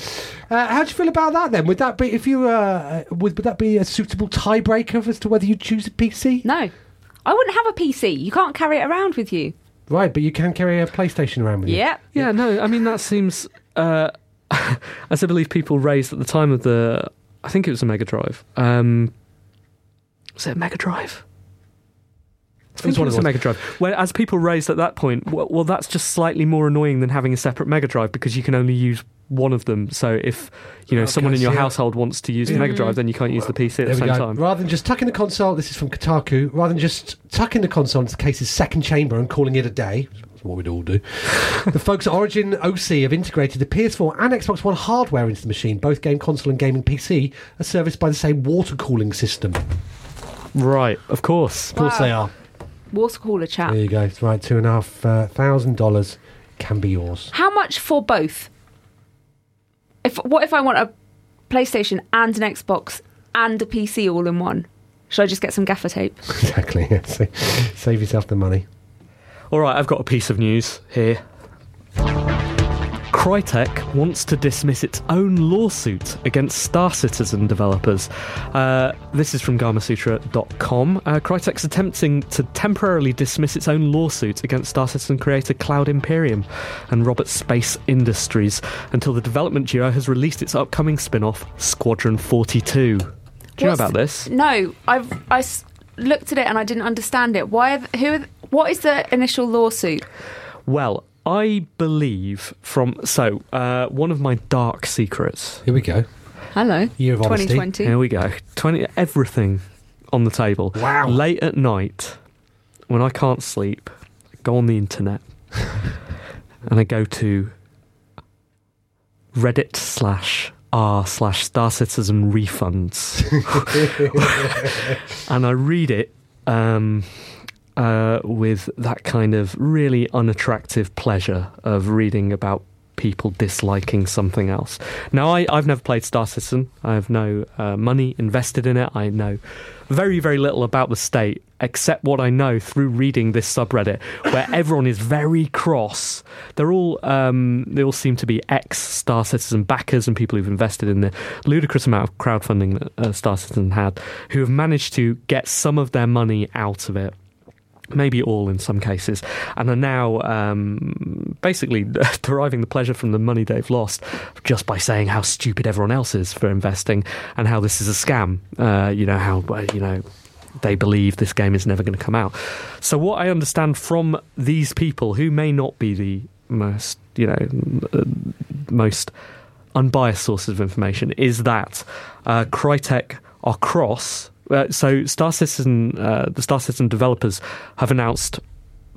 Speaker 3: how do you feel about that then? Would that be if you uh, would, would that be a suitable tiebreaker as to whether you choose a PC?
Speaker 4: no, I wouldn't have a PC. You can't carry it around with you.
Speaker 3: Right, but you can carry a PlayStation around with you.
Speaker 4: Yep.
Speaker 2: Yeah, no, I mean that seems. Uh, [laughs] as I believe people raised at the time of the, I think it was a Mega Drive. Um, was it a Mega Drive? I think
Speaker 3: was
Speaker 2: it
Speaker 3: one of
Speaker 2: was a
Speaker 3: those.
Speaker 2: Mega Drive. Well, as people raised at that point, well, well, that's just slightly more annoying than having a separate Mega Drive because you can only use one of them. So if you know
Speaker 3: Okay,
Speaker 2: someone in your
Speaker 3: so-
Speaker 2: household wants to use the Mega Drive, then you can't use the PC at
Speaker 3: There
Speaker 2: the
Speaker 3: we
Speaker 2: same
Speaker 3: go.
Speaker 2: time.
Speaker 3: Rather than just tucking the console, this is from Kotaku. Rather than just tucking the console into the case's second chamber and calling it a day, that's what we'd all do. [laughs] the folks at Origin OC have integrated the PS4 and Xbox One hardware into the machine. Both game console and gaming PC are serviced by the same water cooling system. Of
Speaker 2: Right, of course.
Speaker 3: course they are.
Speaker 4: Water cooler chat.
Speaker 3: There you go. It's right. Two and a half uh, thousand dollars can be yours. [laughs]
Speaker 4: How much for both? If what if I want a PlayStation and an Xbox and a PC all in one? Should I just get some gaffer tape?
Speaker 3: exactly. [laughs] So Save yourself the money.
Speaker 2: All right, I've got a piece of news here. Crytek wants to dismiss its own lawsuit against Star Citizen developers. Uh, this is from Gamasutra.com. Uh, Crytek's attempting to temporarily dismiss its own lawsuit against Star Citizen creator Cloud Imperium and Robert Space Industries until the development duo has released its upcoming spin off, Squadron 42. Do you know
Speaker 4: What's-
Speaker 2: about this?
Speaker 4: No, I've I s- looked at it and I didn't understand it. Why? Are th- who? Are th- what is the initial lawsuit?
Speaker 2: Well, I believe from. So, uh, one of my dark secrets
Speaker 3: Here we go.
Speaker 4: Hello.
Speaker 3: Year of honesty.
Speaker 4: 2020.
Speaker 2: Here we go. Twenty everything on the table.
Speaker 3: Wow.
Speaker 2: Late at night, when I can't sleep, I go on the internet and I go to Reddit slash r slash Star Citizen refunds, [laughs] and I read it. Um, uh, with that kind of really unattractive pleasure of reading about people disliking something else. Now, I, I've never played Star Citizen. I have no uh, money invested in it. I know very, very little about the state, except what I know through reading this subreddit, where [laughs] everyone is very cross. They're all um, they all seem to be ex Star Citizen backers and people who've invested in the ludicrous amount of crowdfunding that uh, Star Citizen had, who have managed to get some of their money out of it maybe all in some cases, and are now um, basically [laughs] deriving the pleasure from the money they've lost just by saying how stupid everyone else is for investing and how this is a scam. Uh, you know how uh, you know they believe this game is never going to come out. So what I understand from these people who may not be the most you know uh, most unbiased sources of information is that uh, Crytek are cross. Uh, so Star Citizen, uh, the Star Citizen developers have announced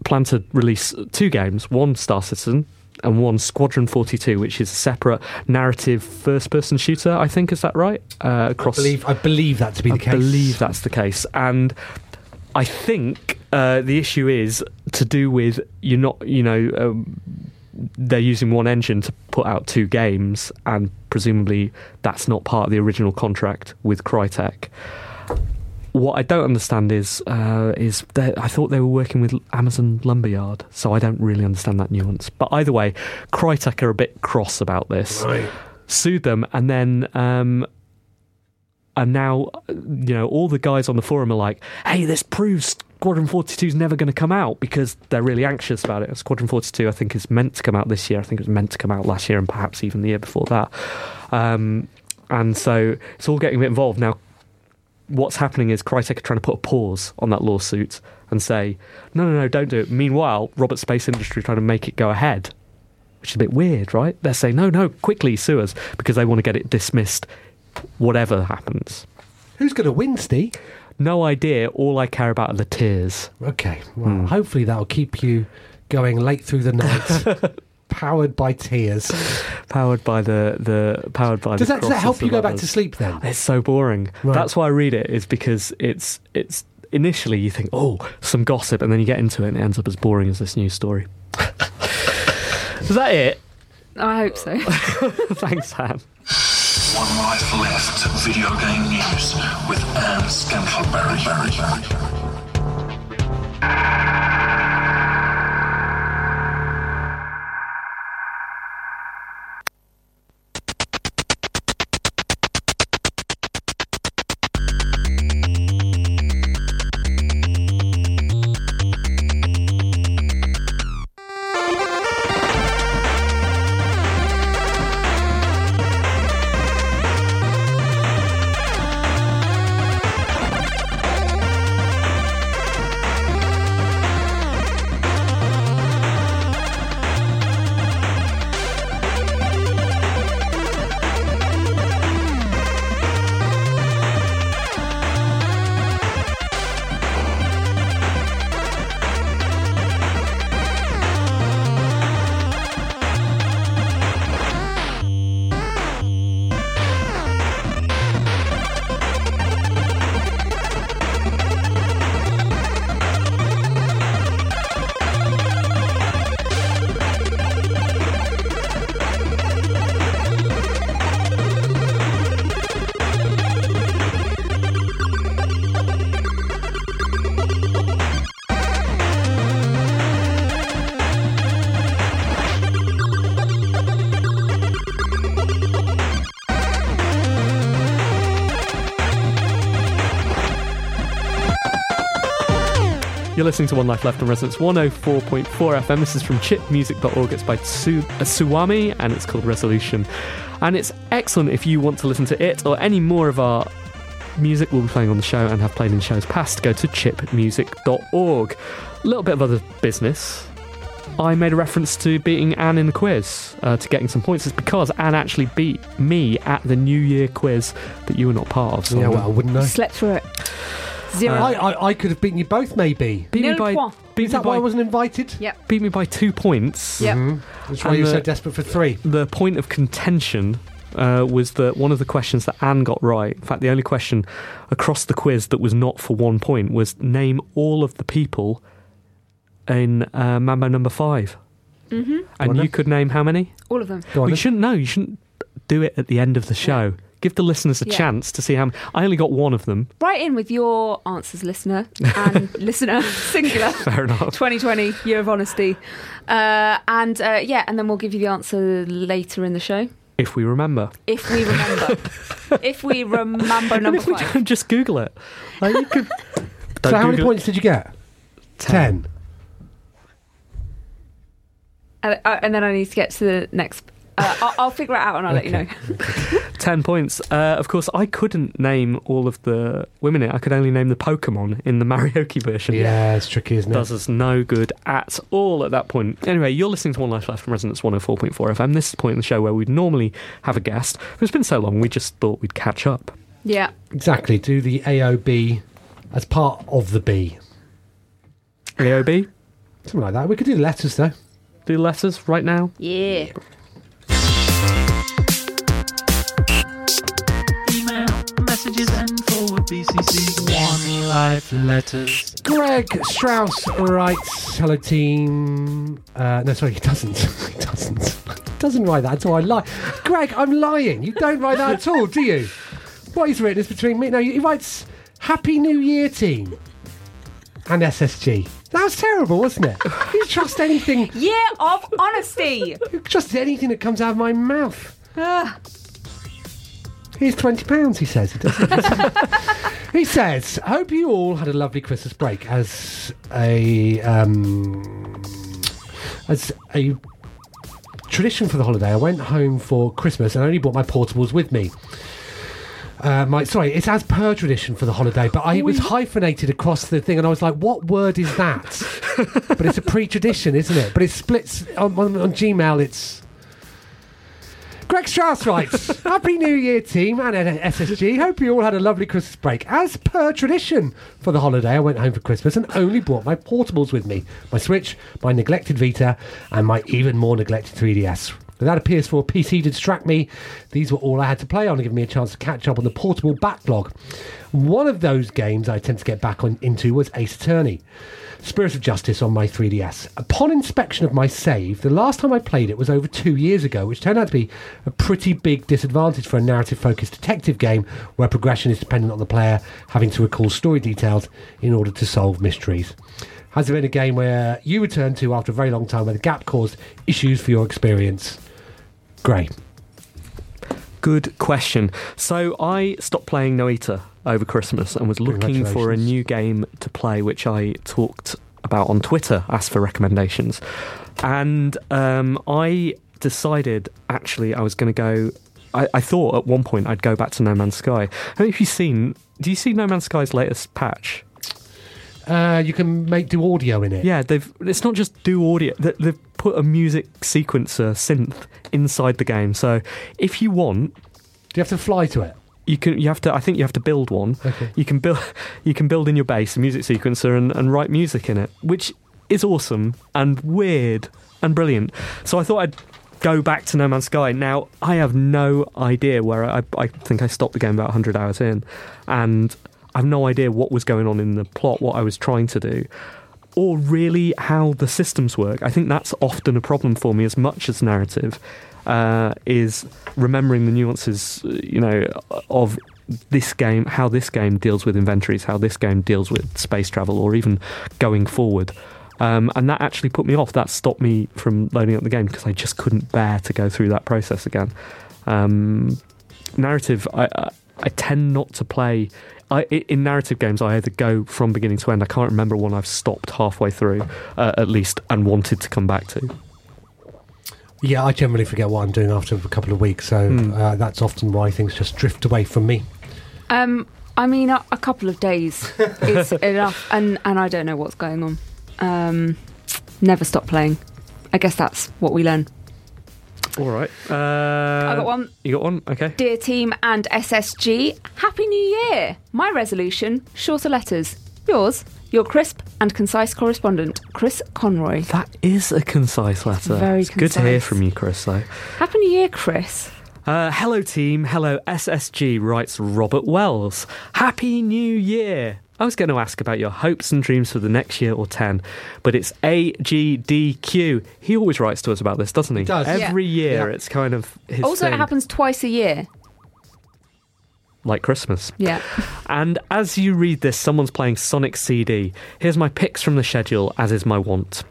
Speaker 2: plan to release two games: one Star Citizen and one Squadron 42, which is a separate narrative first person shooter, I think. Is that right? Uh, across,
Speaker 3: I believe, I believe that to be
Speaker 2: I
Speaker 3: the case.
Speaker 2: believe that's the case. And I think uh, the issue is to do with you're not, you know, um, they're using one engine to put out two games, and presumably that's not part of the original contract with Crytek. What I don't understand is, uh, is that I thought they were working with Amazon Lumberyard, so I don't really understand that nuance. But either way, Crytek are a bit cross about this
Speaker 3: Right.
Speaker 2: sued them and then um and now you know all the guys on the forum are like hey this proves squadron 42 is never going to come out because they're really anxious about it squadron 42 i think is meant to come out this year i think it was meant to come out last year and perhaps even the year before that um and so it's all getting a bit involved now what's happening is Crytek are trying to put a pause on that lawsuit and say, no, no, no, don't do it. Meanwhile, Robert Space Industry are trying to make it go ahead, which is a bit weird, right? They're saying, no, no, quickly sue us because they want to get it dismissed, whatever happens.
Speaker 3: Who's going to win, Steve?
Speaker 2: No idea. All I care about are the tears.
Speaker 3: Okay. Well,
Speaker 2: Hmm.
Speaker 3: hopefully that'll keep you going late through the night,
Speaker 2: [laughs]
Speaker 3: powered by tears.
Speaker 2: Powered by the the powered by
Speaker 3: Does
Speaker 2: the
Speaker 3: that, does that
Speaker 2: crosses
Speaker 3: help you
Speaker 2: of
Speaker 3: go back
Speaker 2: others.
Speaker 3: to sleep then?
Speaker 2: It's so boring.
Speaker 3: Right.
Speaker 2: That's why I read it. Is because it's it's initially you think oh some gossip, and then you get into it and it ends up as boring as this news story. [laughs] Is that it? [laughs]
Speaker 4: I hope so.
Speaker 2: Thanks, Sam.
Speaker 5: One life left. Video game news with Anne Scantleberry.
Speaker 2: You're listening to One oh Life Left on Resonance 104.4 FM. This is from chipmusic.org. It's by Tsu- uh, Suwami and it's called Resolution. And it's excellent if you want to listen to it or any more of our music we'll be playing on the show and have played in shows past. Go to chipmusic.org. A little bit of other business. I made a reference to beating Anne in the quiz uh, to getting some points. It's because Anne actually beat me at the New Year quiz that you were not part of. So
Speaker 3: yeah,
Speaker 2: I'm-
Speaker 3: well, I wouldn't know.
Speaker 4: Slept through it. Zero.
Speaker 3: I, I, I could have beaten you both, maybe.
Speaker 2: beat me
Speaker 4: Nil
Speaker 2: by,
Speaker 4: point.
Speaker 2: beat
Speaker 3: Is
Speaker 2: me
Speaker 3: that
Speaker 2: by,
Speaker 3: why I wasn't invited? Mm-hmm.
Speaker 4: yep.
Speaker 2: beat me by two points.
Speaker 4: Yep.
Speaker 3: That's why
Speaker 2: And
Speaker 3: you were so
Speaker 2: the-
Speaker 3: desperate for three.
Speaker 2: the point of contention uh, was that one of the questions that Anne got right, in fact, the only question across the quiz that was not for one point was name all of the people in uh, Mambo Number 5 Mm-hmm. And
Speaker 3: Wonder.
Speaker 2: you could name how many?
Speaker 4: All of them.
Speaker 3: Go
Speaker 2: Well,
Speaker 3: on.
Speaker 2: you
Speaker 3: then.
Speaker 2: shouldn't know. You shouldn't do it at the end of the show. Give the listeners a
Speaker 4: Yeah.
Speaker 2: chance to see how. Many. I only got one of them.
Speaker 4: Write in with your answers, listener
Speaker 2: [laughs]
Speaker 4: and listener singular.
Speaker 2: Fair enough.
Speaker 4: 2020 year of honesty, uh, and uh, yeah, and then we'll give you the answer later in the show
Speaker 2: If we remember,
Speaker 4: if we [laughs] remember. if we remember
Speaker 2: And
Speaker 4: Oh, number
Speaker 2: if we
Speaker 4: five,
Speaker 2: don't, just Google it. Like, you could. [laughs] Don't
Speaker 3: so, how many
Speaker 2: Google it.
Speaker 3: points did you get?
Speaker 2: Ten.
Speaker 3: Ten.
Speaker 4: and, uh, and then I need to get to the next. Uh, I'll, I'll figure it out and I'll let you know. [laughs]
Speaker 2: 10 points. Uh, of course, I couldn't name all of the women in it. I could only name the Pokemon in the [laughs] Marioki version.
Speaker 3: Yeah, it's tricky, isn't it?
Speaker 2: Does us no good at all at that point. Anyway, you're listening to One Life Left from Resonance 104.4 FM. This is the point in the show where we'd normally have a guest, but it's been so long we just thought we'd catch up.
Speaker 4: Yeah,
Speaker 3: Exactly. Do the AOB as part of the B.
Speaker 2: AOB?
Speaker 3: Something like that. We could do the letters, though.
Speaker 2: the letters right now?
Speaker 4: Yeah.
Speaker 6: Email, messages, and forward BCC.
Speaker 3: One Life Letters. Greg Strauss writes, Hello team. Uh, no, sorry, he doesn't. [laughs] he doesn't. He doesn't write that at all. I lie. Greg, I'm lying. You don't write that at all, do you? What he's written is between me. No, he writes, Happy New Year team. And SSG. That was terrible, wasn't it? You trust anything.
Speaker 4: Year of honesty.
Speaker 3: You trust anything that comes out of my mouth. Here's twenty pounds. He says. He, does. he says, "Hope you all had a lovely Christmas break as a um, as a tradition for the holiday. I went home for Christmas and only brought my portables with me." Uh, my sorry, it's as per tradition for the holiday, but I, it was hyphenated across the thing, and I was like, "What word is that?" but it's a pre-tradition, isn't it? But it splits on, on, on Gmail. It's Greg Strauss writes, Happy New Year, team and SSG. Hope you all had a lovely Christmas break. As per tradition for the holiday, I went home for Christmas and only brought my portables with me my Switch, my neglected Vita, and my even more neglected 3DS. Without a PS4 PC to distract me, these were all I had to play on to give me a chance to catch up on the portable backlog. One of those games I tend to get back on into was Ace Attorney. Spirit of Justice on my 3DS. Upon inspection of my save, the last time I played it was over two years ago, which turned out to be a pretty big disadvantage for a narrative focused detective game where progression is dependent on the player having to recall story details in order to solve mysteries. Has there been a game where you returned to after a very long time where the gap caused issues for your experience? Great.
Speaker 2: Good question. So I stopped playing Noita over Christmas and was looking for a
Speaker 3: Congratulations.
Speaker 2: new game to play, which I talked about on Twitter, asked for recommendations. And um, I decided actually I was going to go. I, I thought at one point I'd go back to No Man's Sky. I don't know if you've seen. Do you see No Man's Sky's latest patch?
Speaker 3: Uh, you can make do audio in it.
Speaker 2: Yeah, they've. It's not just do audio. they- They've put a music sequencer synth inside the game. So if you want,
Speaker 3: Do you have to fly to it?
Speaker 2: you can. You have to. I think you have to build one.
Speaker 3: Okay.
Speaker 2: You can build. You can build in your base a music sequencer and, and write music in it, which is awesome and weird and brilliant. So I thought I'd go back to No Man's Sky. Now I have no idea where I. I think I stopped the game about 100 hours in, and I've no idea what was going on in the plot, what I was trying to do or really how the systems work. I think that's often a problem for me as much as narrative uh, is remembering the nuances, uh, you know, of this game, how this game deals with inventories, how this game deals with space travel, or even going forward. Um, and that actually put me off. That stopped me from loading up the game because I just couldn't bear to go through that process again. Um, narrative, I, I I tend not to play. I, i- in narrative games, I either go from beginning to end. I can't remember one I've stopped halfway through, uh, at least, and wanted to come back to.
Speaker 3: Yeah, I generally forget what I'm doing after a couple of weeks, so uh, that's often why things just drift away from me.
Speaker 4: Um, I mean, a, a couple of days [laughs] is enough, and and I don't know what's going on. Um, never stop playing. I guess that's what we learn.
Speaker 2: All right. Uh,
Speaker 4: I got one.
Speaker 2: You got one? Okay.
Speaker 4: Dear team and SSG, Happy New Year! My resolution: shorter letters. Yours, your crisp and concise correspondent, Chris Conroy.
Speaker 2: That is a concise letter.
Speaker 4: very
Speaker 2: it's good to hear
Speaker 4: concise.
Speaker 2: from you, Chris, though.
Speaker 4: Happy New Year, Chris.
Speaker 2: Uh, hello, team. Hello, SSG, writes Robert Wells. Happy New Year! I was going to ask about your hopes and dreams for the next year or 10, but it's AGDQ. He always writes to us about this, doesn't he? He
Speaker 3: does.
Speaker 2: Every year,
Speaker 3: Yeah.
Speaker 2: it's kind of his
Speaker 4: also, it
Speaker 2: thing,
Speaker 4: happens twice a year.
Speaker 2: like Christmas.
Speaker 4: Yeah.
Speaker 2: And as you read this, someone's playing Sonic CD. Here's my picks from the schedule, as is my wont.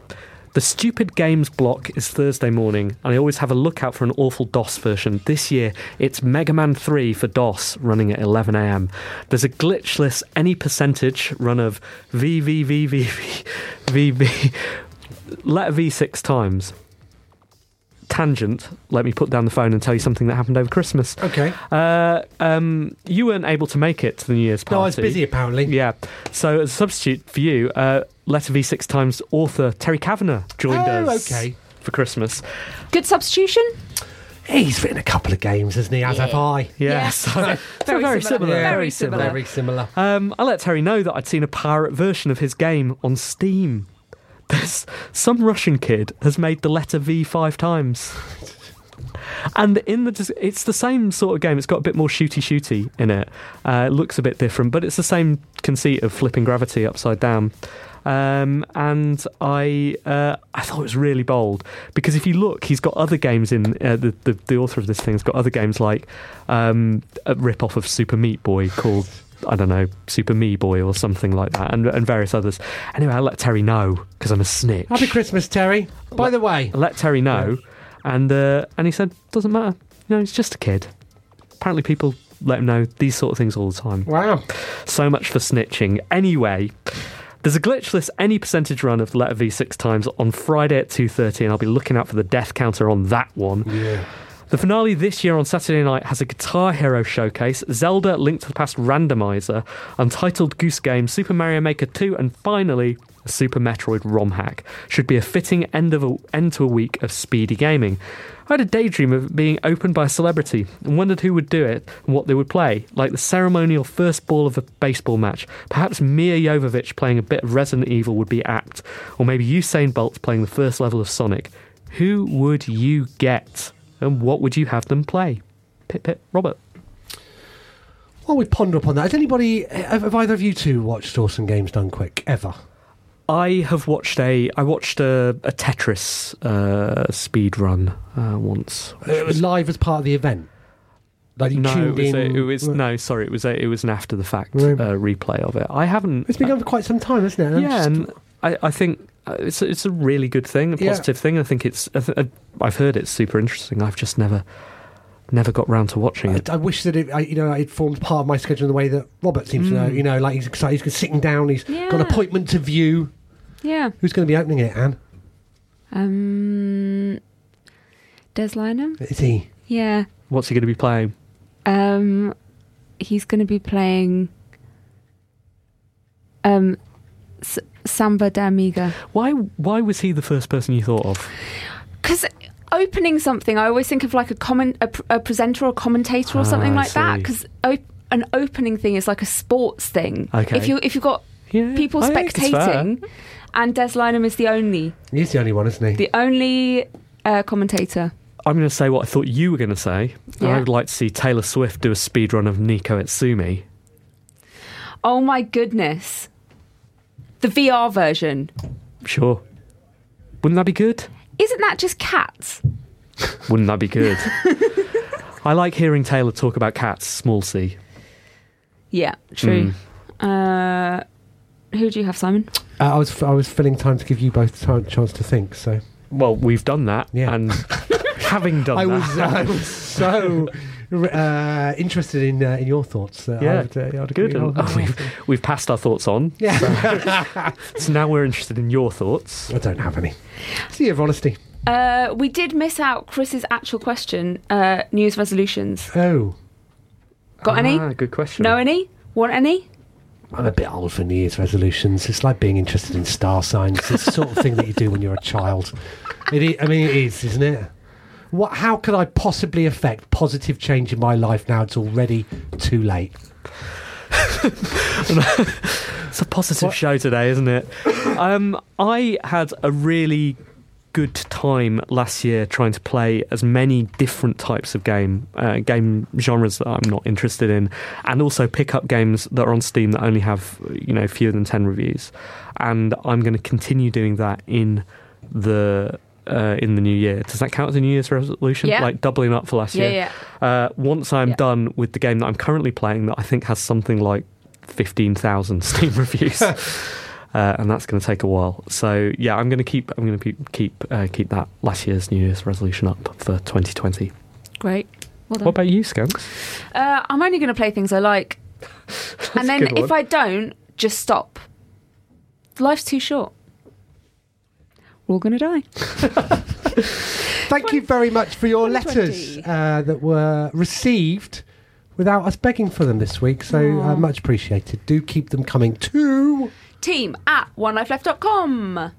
Speaker 2: The stupid games block is Thursday morning, and I always have a lookout for an awful DOS version. This year, it's Mega Man 3 for DOS running at 11am. There's a glitchless any percentage run of VVVVV, VV, let V six times. Tangent, let me put down the phone and tell you something that happened over Christmas.
Speaker 3: Okay.
Speaker 2: Uh, um, you weren't able to make it to the New Year's party.
Speaker 3: No, I was busy apparently.
Speaker 2: Yeah. So as a substitute for you, uh, letter V six times author Terry Kavanagh joined
Speaker 3: Oh,
Speaker 2: us.
Speaker 3: okay.
Speaker 2: For Christmas.
Speaker 4: Good substitution.
Speaker 3: He's written a couple of games, hasn't he? As have I.
Speaker 2: Yeah. [laughs]
Speaker 4: Yeah.
Speaker 2: so-
Speaker 4: Very,
Speaker 2: similar.
Speaker 3: Yeah.
Speaker 4: Very similar.
Speaker 3: Very similar.
Speaker 2: Um, I let Terry know that I'd seen a pirate version of his game on Steam. [laughs] There's some Russian kid has made the letter V five times. And in the, dis- it's the same sort of game. It's got a bit more shooty shooty in it. Uh, it looks a bit different, but it's the same conceit of flipping gravity upside down. Um, and I, uh, I thought it was really bold because if you look, he's got other games in uh, the, the the author of this thing's got other games like um, a rip off of Super Meat Boy called I don't know Super Me Boy or something like that, and and various others. Anyway, I'll let Terry know because I'm a snitch.
Speaker 3: Happy Christmas, Terry. By the way,
Speaker 2: I let Terry know, and uh, and he said, "Doesn't matter. You know, he's just a kid." Apparently, people let him know these sort of things all the time.
Speaker 3: wow.
Speaker 2: So much for snitching. Anyway, there's a glitchless any percentage run of the letter V six times on Friday at two thirty, and I'll be looking out for the death counter on that one.
Speaker 3: Yeah.
Speaker 2: The finale this year on Saturday night has a Guitar Hero showcase, Zelda Link to the Past Randomizer, Untitled Goose Game, Super Mario Maker 2, and finally, a Super Metroid ROM hack. Should be a fitting end, of a, end to a week of speedy gaming. I had a daydream of being opened by a celebrity and wondered who would do it and what they would play, like the ceremonial first ball of a baseball match. Perhaps Mia Jovovich playing a bit of Resident Evil would be apt, or maybe Usain Bolt playing the first level of Sonic. Who would you get? and what would you have them play? Pip Pip Robert.
Speaker 3: While we ponder upon that, has anybody, have, have either of you two watched Awesome Games Done Quick ever?
Speaker 2: I have watched a I watched a, a Tetris uh, speed run uh, once.
Speaker 3: It was live as part of the event. Like you
Speaker 2: No, it
Speaker 3: tuned
Speaker 2: was, a,
Speaker 3: in.
Speaker 2: it was no sorry, it was a, it was an after the fact uh,
Speaker 3: Right.
Speaker 2: replay of it. I haven't.
Speaker 3: It's been going for quite some time, hasn't it? I'm
Speaker 2: yeah,
Speaker 3: just-
Speaker 2: and I, I think uh, it's a, it's a really good thing, a
Speaker 3: Yeah.
Speaker 2: positive thing. I think it's I th- uh, I've heard it's super interesting. I've just never never got round to watching it.
Speaker 3: I, I wish that it, I, you know, it formed part of my schedule in the way that Robert seems
Speaker 2: Mm.
Speaker 3: to know. You know, like he's excited, he's sitting down, he's got an
Speaker 4: Yeah.
Speaker 3: appointment to view.
Speaker 4: Yeah.
Speaker 3: Who's going to be opening it, Anne?
Speaker 4: Um, Des Lynam?
Speaker 3: Is he?
Speaker 4: Yeah.
Speaker 2: What's he going to be playing?
Speaker 4: Um, he's going to be playing um, S- Samba de Amiga.
Speaker 2: Why why was he the first person you thought of?
Speaker 4: because opening something, I always think of like a comment, a, pr- a presenter or commentator
Speaker 2: Ah,
Speaker 4: or something
Speaker 2: I
Speaker 4: like that.
Speaker 2: see.
Speaker 4: 'Cause that. Because op- an opening thing is like a sports thing.
Speaker 2: Okay.
Speaker 4: If you if you've got
Speaker 2: Yeah,
Speaker 4: people
Speaker 2: I think it's fair.
Speaker 4: spectating, and Des Lynam is the only
Speaker 3: He's the only one, isn't he?
Speaker 4: the only uh, commentator.
Speaker 2: I'm going to say what I thought you were going to say. and I
Speaker 4: Yeah.
Speaker 2: would like to see Taylor Swift do a speed run of Nico Itsumi.
Speaker 4: Oh my goodness, the VR version.
Speaker 2: Sure. Wouldn't that be good?
Speaker 4: Isn't that just cats?
Speaker 2: Wouldn't that be
Speaker 4: [laughs]
Speaker 2: good? I like hearing Taylor talk about cats, small c.
Speaker 4: Yeah, true.
Speaker 2: Hmm.
Speaker 4: Uh, who do you have, Simon?
Speaker 3: Uh, I was, f- I was filling time to give you both time, chance to think. So
Speaker 2: Well, we've done that.
Speaker 3: Yeah. [laughs]
Speaker 2: And having done
Speaker 3: I
Speaker 2: that.
Speaker 3: [laughs] was, uh, I was so uh, interested in uh, in your thoughts. That I
Speaker 2: yeah,
Speaker 3: would, uh, I would
Speaker 2: good.
Speaker 3: agree
Speaker 2: And, oh, [laughs]
Speaker 3: wholeheartedly.
Speaker 2: we've, we've passed our thoughts on.
Speaker 3: Yeah.
Speaker 2: So now we're interested in your thoughts.
Speaker 3: I don't have any. It's the year of honesty.
Speaker 4: Uh, we did miss out Chris's actual question. Uh, news resolutions.
Speaker 3: Oh,
Speaker 4: Got any?
Speaker 2: Ah, good question.
Speaker 4: Know any? Want any?
Speaker 3: I'm a bit old for New Year's resolutions. It's like being interested in star signs. It's the sort of thing that you do when you're a child. It is, I mean, it is, isn't it? What? How could I possibly affect positive change in my life now? It's already too late.
Speaker 2: It's a positive show today, isn't
Speaker 4: [laughs]
Speaker 2: it? Um, I had a really good time last year trying to play as many different types of game uh, game genres that I'm not interested in, and also pick up games that are on Steam that only have you know fewer than ten reviews. And I'm going to continue doing that in the uh, in the new year. Does that count as a New Year's resolution?
Speaker 4: Yeah.
Speaker 2: Like doubling up for last
Speaker 4: Yeah,
Speaker 2: year. Uh, once I'm
Speaker 4: Yeah.
Speaker 2: done with the game that I'm currently playing, that I think has something like 15,000 [laughs] Steam
Speaker 4: [laughs]
Speaker 2: reviews. Uh, and that's going to take a while. So yeah, I'm going to keep I'm going to keep keep uh, keep that last year's New Year's resolution up for 2020.
Speaker 4: Mm. Great. Well
Speaker 2: What about you, Skanks?
Speaker 4: Uh, I'm only going to play things
Speaker 2: [laughs]
Speaker 4: I like, and
Speaker 2: a good
Speaker 4: then if
Speaker 2: one.
Speaker 4: I don't, just stop. Life's too short. We're all going to die.
Speaker 3: Thank you very much for your letters
Speaker 4: 2020.
Speaker 3: uh, that were received without us begging for them this week. So uh, much appreciated. Do keep them coming too.
Speaker 4: Team at onelifeleft.com.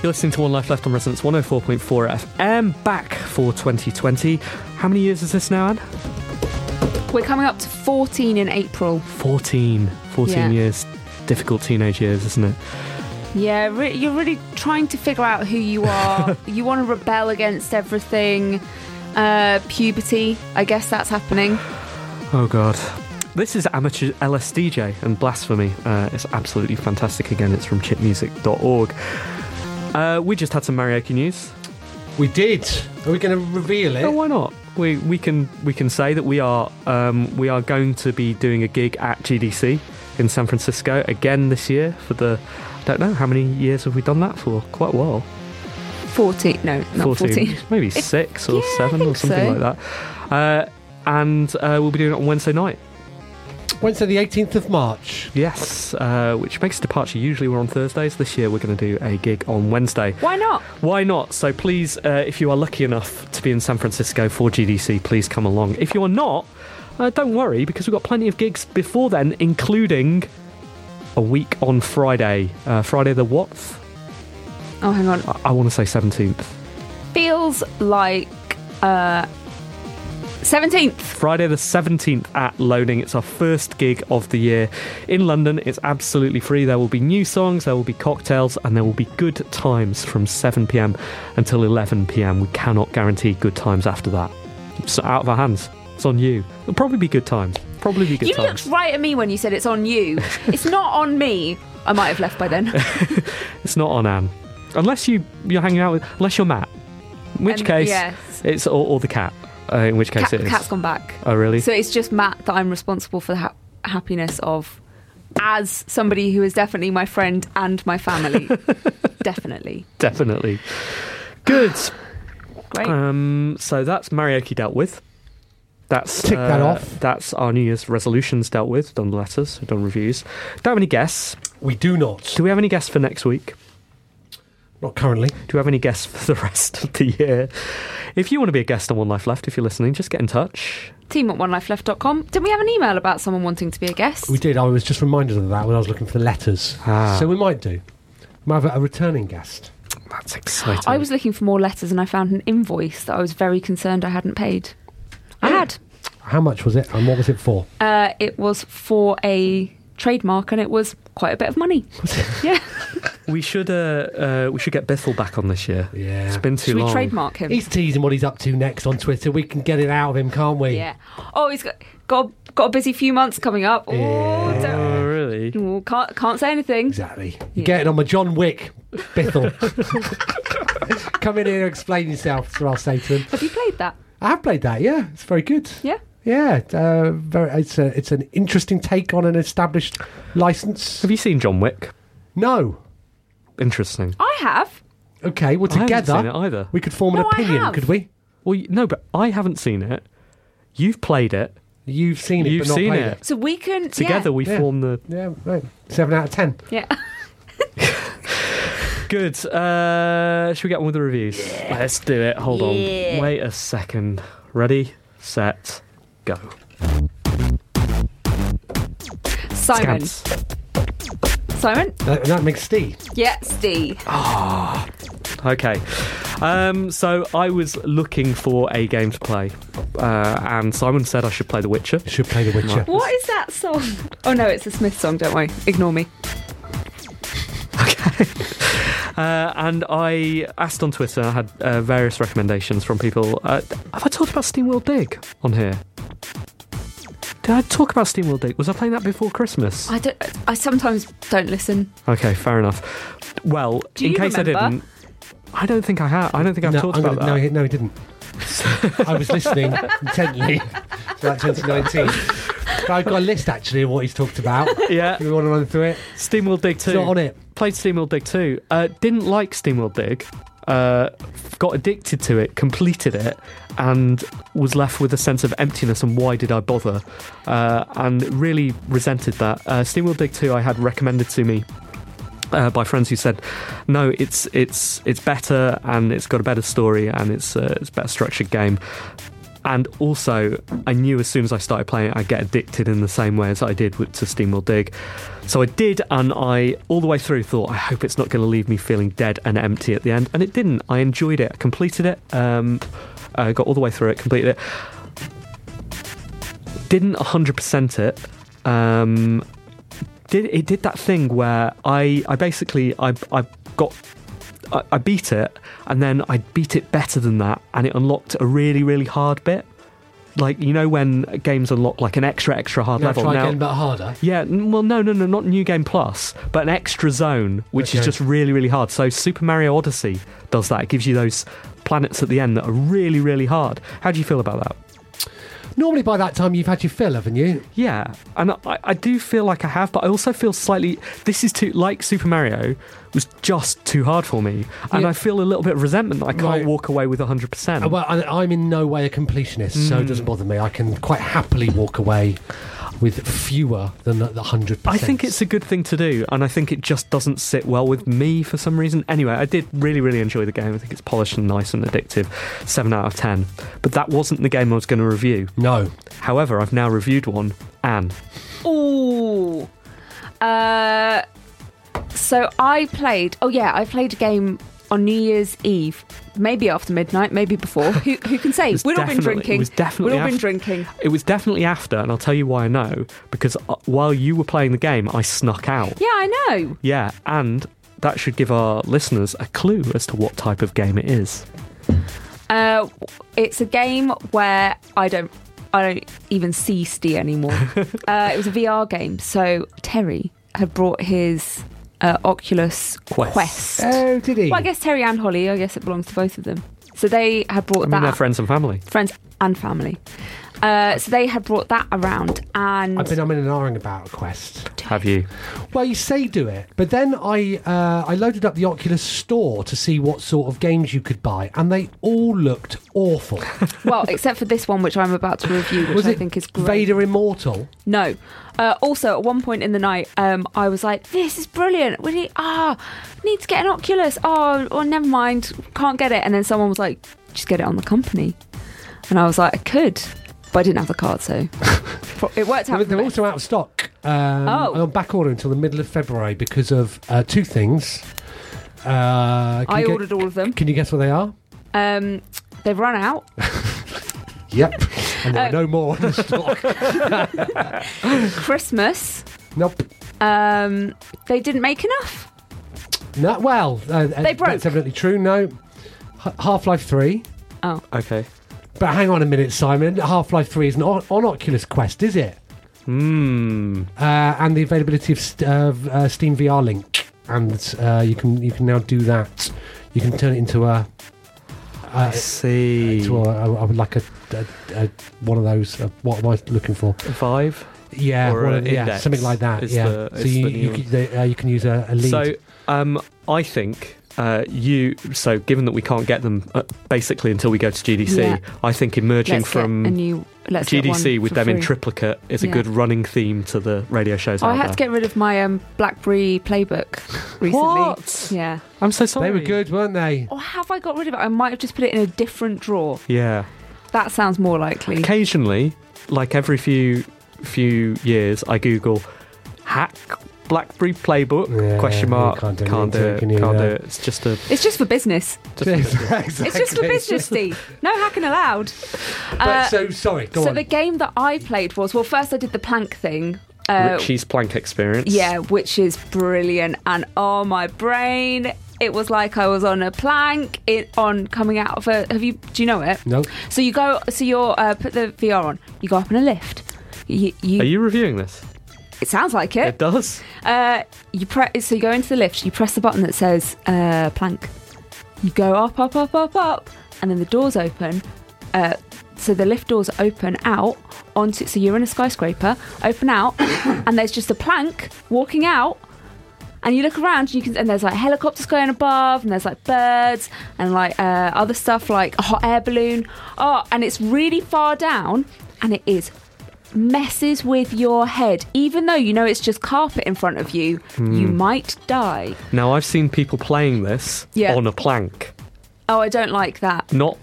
Speaker 2: You're listening to One oh Life Left on Resonance 104.4 FM, back for 2020. How many years is this now, Anne?
Speaker 4: We're coming up to 14 in April.
Speaker 2: 14. 14
Speaker 4: Yeah.
Speaker 2: years. Difficult teenage years, isn't it?
Speaker 4: Yeah, re- you're really trying to figure out who you are. [laughs] you want to rebel against everything. Uh, puberty, I guess that's happening.
Speaker 2: Oh, God. This is Amateur LSDJ and Blasphemy. Uh, it's absolutely fantastic. Again, it's from chipmusic.org. Uh, we just had some karaoke news.
Speaker 3: We did. Are we going to reveal it?
Speaker 2: Oh, why not? We, we can we can say that we are um, we are going to be doing a gig at GDC in San Francisco again this year for the I don't know how many years have we done that for quite a while
Speaker 4: 14, no, not 14.
Speaker 2: [laughs] maybe six or
Speaker 4: yeah, I
Speaker 2: seven or
Speaker 4: think
Speaker 2: something
Speaker 4: so.
Speaker 2: like that uh, and uh, we'll be doing it on Wednesday night
Speaker 3: Wednesday, the 18th of March.
Speaker 2: yes uh, which makes departure usually we're on Thursdays this year we're going to do a gig on Wednesday
Speaker 4: [laughs] Why not?
Speaker 2: Why not? So please, uh, if you are lucky enough to be in San Francisco for GDC, please come along. If you are not, uh, don't worry because we've got plenty of gigs before then, including a week on Friday, uh, Friday the what?
Speaker 4: Oh, hang on.
Speaker 2: I, I want to say seventeenth.
Speaker 4: Feels like uh, 17th.
Speaker 2: Friday the 17th at Loading. It's our first gig of the year in London. It's absolutely free. There will be new songs, there will be cocktails, and there will be good times from 7 pm until 11 pm. We cannot guarantee good times after that. It's out of our hands. It's on you. It'll probably be good times. Probably be good
Speaker 4: you
Speaker 2: times.
Speaker 4: looked right at me when you said it's on [laughs] you. it's not on me. I might have left by [laughs] then.
Speaker 2: It's not on Anne. Unless you, you're hanging out with, unless you're Matt. In which
Speaker 4: And-
Speaker 2: case,
Speaker 4: Um, yes.
Speaker 2: it's or, or the cat. Uh, in which case
Speaker 4: Cat,
Speaker 2: it is.
Speaker 4: cat's gone back.
Speaker 2: Oh, really?
Speaker 4: So it's just Matt that I'm responsible for the ha- happiness of as somebody who is definitely my friend and my family. definitely.
Speaker 2: Definitely. Good.
Speaker 4: Great.
Speaker 2: Um, so that's Marioki dealt with. That's uh,
Speaker 3: Tick that off.
Speaker 2: That's our New Year's resolutions dealt with. Done letters, done reviews. Don't have any guests.
Speaker 3: We do not.
Speaker 2: Do we have any guests for next week?
Speaker 3: Not currently.
Speaker 2: Do we have any guests for the [laughs] rest of the year? If you want to be a guest on One Life Left, if you're listening, just get in touch.
Speaker 4: Team at onelifeleft.com. Didn't we have an email about someone wanting to be a guest?
Speaker 3: We did. I was just reminded of that when I was looking for the letters.
Speaker 2: Ah.
Speaker 3: So we might do. We might have a returning guest.
Speaker 2: That's exciting.
Speaker 4: I was looking for more letters and I found an invoice that I was very concerned I hadn't paid. I had.
Speaker 3: How much was it and what was it for?
Speaker 4: Uh, it was for a trademark and it was quite a bit of money. [laughs] yeah.
Speaker 2: We should. Uh, uh, we should get Bethel back on this year.
Speaker 3: Yeah.
Speaker 2: It's been too
Speaker 4: Should we
Speaker 2: long.
Speaker 4: trademark him?
Speaker 3: He's teasing what he's up to next on Twitter. We can get it out of him, can't we?
Speaker 4: yeah. Oh, he's got got a, got a busy few months coming up. Oh, don't-
Speaker 2: Oh, really?
Speaker 4: oh, can't can't say anything.
Speaker 3: Exactly. You're getting on my John Wick, Bithel. [laughs] Come in here and explain yourself, so I'll say to him.
Speaker 4: Have you played that?
Speaker 3: I have played that, yeah. It's very good.
Speaker 4: Yeah.
Speaker 3: Yeah, uh, very, it's, a, it's an interesting take on an established license.
Speaker 2: Have you seen John Wick?
Speaker 3: No.
Speaker 2: Interesting.
Speaker 4: I have.
Speaker 3: Okay, well,
Speaker 2: I haven't
Speaker 3: together,
Speaker 2: seen it either.
Speaker 3: we could form an
Speaker 4: No, I
Speaker 3: opinion,
Speaker 4: have.
Speaker 3: could we?
Speaker 2: Well, you- no, but I haven't seen it. You've played it.
Speaker 3: You've seen it,
Speaker 2: You've
Speaker 3: but not
Speaker 2: seen
Speaker 3: played
Speaker 2: it.
Speaker 4: So we can
Speaker 2: Together, we
Speaker 3: Yeah.
Speaker 2: form the
Speaker 3: Yeah, right. Seven out of ten.
Speaker 4: Yeah.
Speaker 2: Good. Uh, should we get on with the reviews? Let's do it. Hold on. Wait a second. Ready, set, go.
Speaker 4: yeah. Simon.
Speaker 2: Scans.
Speaker 4: Simon.
Speaker 3: That, that makes Steve.
Speaker 4: Yes, D.
Speaker 2: Okay. Um, so I was looking for a game to play, uh, and Simon said I should play The Witcher.
Speaker 3: Should play The Witcher.
Speaker 4: What is that song? Oh no, it's a Smith song. Don't worry. Ignore me.
Speaker 2: Uh, and I asked on Twitter. I had uh, various recommendations from people. Uh, have I talked about SteamWorld Dig on here? Did I talk about SteamWorld Dig? Was I playing that before Christmas?
Speaker 4: I don't. I sometimes don't listen.
Speaker 2: Okay, fair enough. Well,
Speaker 4: Do
Speaker 2: in
Speaker 4: you
Speaker 2: case I
Speaker 4: remember?
Speaker 2: didn't, I don't think I have. I don't think I've
Speaker 3: no,
Speaker 2: talked
Speaker 3: I'm
Speaker 2: about
Speaker 3: gonna-
Speaker 2: that.
Speaker 3: no, he, no,
Speaker 2: [laughs]
Speaker 3: he didn't. I was listening intently throughout 2019. But I've got a list actually of what he's talked about.
Speaker 2: [laughs] Yeah,
Speaker 3: Do we want to run through it?
Speaker 2: SteamWorld Dig Two.
Speaker 3: It's not on it.
Speaker 2: Played SteamWorld Dig Two. Uh, didn't like SteamWorld Dig. Uh, got addicted to it, completed it, and was left with a sense of emptiness and why did I bother? Uh, and really resented that. Uh, SteamWorld Dig Two, I had recommended to me uh, by friends who said, "No, it's it's it's better and it's got a better story and it's uh, it's a better structured game." And also, I knew as soon as I started playing it, I'd get addicted in the same way as I did with, to SteamWorld Dig. So I did, and I all the way through thought, I hope it's not going to leave me feeling dead and empty at the end. And it didn't. I enjoyed it. I completed it. Um, I got all the way through it, completed it didn't 100% it um did it did that thing where i i basically i i got I, I beat it and then i beat it better than that and it unlocked a really really hard bit like you know when games unlock like an extra extra hard
Speaker 7: Now
Speaker 2: level
Speaker 7: try
Speaker 2: now
Speaker 7: again, but harder.
Speaker 2: yeah, n- well, no, no, no, not New Game Plus, but an extra zone, which is
Speaker 7: Okay.
Speaker 2: just really, really hard. So Super Mario Odyssey does that. It gives you those planets at the end that are really, really hard. How do you feel about that?
Speaker 3: Normally by that time you've had your fill, haven't you?
Speaker 2: Yeah, and I, I do feel like I have, but I also feel slightly. This is too like Super Mario was just too hard for me, and
Speaker 3: Yeah.
Speaker 2: I feel a little bit of resentment. that I can't
Speaker 3: Right.
Speaker 2: walk away with hundred percent.
Speaker 3: Uh, Well, I, I'm in no way a completionist, so it doesn't
Speaker 2: Mm.
Speaker 3: bother me. I can quite happily walk away with fewer than the hundred
Speaker 2: I
Speaker 3: percent.
Speaker 2: think it's a good thing to do, and I think it just doesn't sit well with me for some reason. Anyway, I did really, really enjoy the game. I think it's polished and nice and addictive. Seven out of ten. But that wasn't the game I was going to review.
Speaker 3: no.
Speaker 2: However, I've now reviewed one. Anne,
Speaker 4: Ooh. Uh, so I played. Oh yeah, I played a game on New Year's Eve. Maybe after midnight, maybe
Speaker 2: [laughs]
Speaker 4: before. Who, who can say?
Speaker 2: was
Speaker 4: We'd all been
Speaker 2: definitely- it
Speaker 4: drinking.
Speaker 2: was definitely
Speaker 4: We'd all been
Speaker 2: after-
Speaker 4: drinking.
Speaker 2: It was definitely after, and I'll tell you why I know because uh, while you were playing the game, I snuck out.
Speaker 4: Yeah, I know.
Speaker 2: Yeah, and that should give our listeners a clue as to what type of game it is.
Speaker 4: Uh, it's a game where I don't, I don't even see Stee anymore. uh, it was a VR game, so Terry had brought his uh, Oculus
Speaker 1: Quest.
Speaker 4: Quest.
Speaker 3: Oh, did he?
Speaker 4: Well, I guess Terry and Holly. I guess it belongs to both of them. So they had brought
Speaker 2: I mean,
Speaker 4: that
Speaker 2: their friends and family.
Speaker 4: friends and family. Uh, so they had brought that around, and
Speaker 3: I've been umming and ahhing about Quest.
Speaker 2: Have you?
Speaker 3: Well, you say do it, but then I uh, I loaded up the Oculus Store to see what sort of games you could buy, and they all looked
Speaker 4: [laughs]
Speaker 3: awful.
Speaker 4: well, except for this one, which I'm about to review, which
Speaker 3: Was
Speaker 4: I
Speaker 3: it
Speaker 4: think is great.
Speaker 3: Vader Immortal?
Speaker 4: No. Uh, also, at one point in the night, um, I was like, "This is brilliant. We need ah, need to get an Oculus. Oh, oh, never mind, can't get it." And then someone was like, "Just get it on the company," and I was like, "I could." But I didn't have the card, so
Speaker 3: [laughs]
Speaker 4: it worked out.
Speaker 3: They're,
Speaker 4: for
Speaker 3: they're
Speaker 4: me.
Speaker 3: also out of stock. Um,
Speaker 4: Oh.
Speaker 3: and on back order until the middle of February because of uh, two things. Uh, can
Speaker 4: I
Speaker 3: you gu-
Speaker 4: ordered all of them.
Speaker 3: Can you guess what they are?
Speaker 4: Um, they've run out.
Speaker 3: [laughs] Yep. [laughs] and there are
Speaker 4: Uh,
Speaker 3: no
Speaker 4: [laughs]
Speaker 3: more in stock.
Speaker 4: Christmas.
Speaker 3: nope.
Speaker 4: Um, they didn't make enough.
Speaker 3: No, well, uh,
Speaker 4: They broke.
Speaker 3: That's evidently true. No. Half Life 3.
Speaker 2: Okay.
Speaker 3: But hang on a minute, Simon. Half Life 3 isn't on, on Oculus Quest, is it?
Speaker 2: Hmm.
Speaker 3: Uh, and the availability of, st- of uh, Steam VR Link. And uh, you can you can now do that. You can turn it into a.
Speaker 2: I
Speaker 3: Uh,
Speaker 2: see.
Speaker 3: to a, a, a, like a, a, a one of those. uh what am I looking for?
Speaker 2: Five.
Speaker 3: Yeah,
Speaker 2: Or
Speaker 3: one
Speaker 2: an
Speaker 3: of- yeah,
Speaker 2: index
Speaker 3: something like that.
Speaker 2: is
Speaker 3: Yeah.
Speaker 2: the-
Speaker 3: so
Speaker 2: is
Speaker 3: you
Speaker 2: the new
Speaker 3: you,
Speaker 2: one.
Speaker 3: can, they, uh, you can use a, a lead.
Speaker 2: So, um, I think uh, you. So, given that we can't get them uh, basically until we go to GDC,
Speaker 4: Yeah.
Speaker 2: I think emerging
Speaker 4: Let's
Speaker 2: from
Speaker 4: get a new let's get
Speaker 2: GDC
Speaker 4: one
Speaker 2: with
Speaker 4: for
Speaker 2: them in
Speaker 4: free.
Speaker 2: triplicate is a
Speaker 4: Yeah.
Speaker 2: good running theme to the radio shows.
Speaker 4: Oh, I
Speaker 2: out
Speaker 4: had to
Speaker 2: there.
Speaker 4: get rid of my um, BlackBerry
Speaker 2: [laughs]
Speaker 4: playbook recently.
Speaker 2: What?
Speaker 4: Yeah.
Speaker 2: I'm so sorry.
Speaker 3: they were good, weren't they?
Speaker 4: Or have I got rid of it? I might have just put it in a different drawer.
Speaker 2: Yeah.
Speaker 4: That sounds more likely.
Speaker 2: Occasionally, like every few few years, I Google hack BlackBerry playbook
Speaker 3: Yeah,
Speaker 2: question mark.
Speaker 3: you can't do
Speaker 2: can't do
Speaker 3: anything,
Speaker 2: it.
Speaker 3: can you,
Speaker 2: Can't do
Speaker 3: no.
Speaker 2: it. It's just a.
Speaker 4: It's just for business.
Speaker 3: [laughs]
Speaker 2: Just a
Speaker 4: It's just for business, Steve. No hacking allowed.
Speaker 3: But,
Speaker 4: Uh,
Speaker 3: so sorry. Go
Speaker 4: so
Speaker 3: on.
Speaker 4: the game that I played was well, first I did the plank thing. Uh,
Speaker 2: Richie's plank experience.
Speaker 4: yeah, which is brilliant. And oh, my brain. It was like I was on a plank. It on coming out of a. Have you? Do you know it?
Speaker 3: no.
Speaker 4: So you go. So you're uh, put the VR on. You go up in a lift. You, you,
Speaker 2: Are you reviewing this?
Speaker 4: it sounds like it.
Speaker 2: It does.
Speaker 4: Uh, you press. So you go into the lift. You press the button that says uh, plank. You go up, up, up, up, up, and then the doors open. Uh, so the lift doors open out onto. So you're in a skyscraper. Open out, [coughs] and there's just a plank walking out. And you look around, and you can, and there's like helicopters going above, and there's like birds, and like uh, other stuff like a hot air balloon. Oh, and it's really far down, and it is messes with your head. Even though you know it's just carpet in front of you, you might die.
Speaker 2: Now I've seen people playing this
Speaker 4: Yeah.
Speaker 2: on a plank,
Speaker 4: Oh, I don't like that.
Speaker 2: not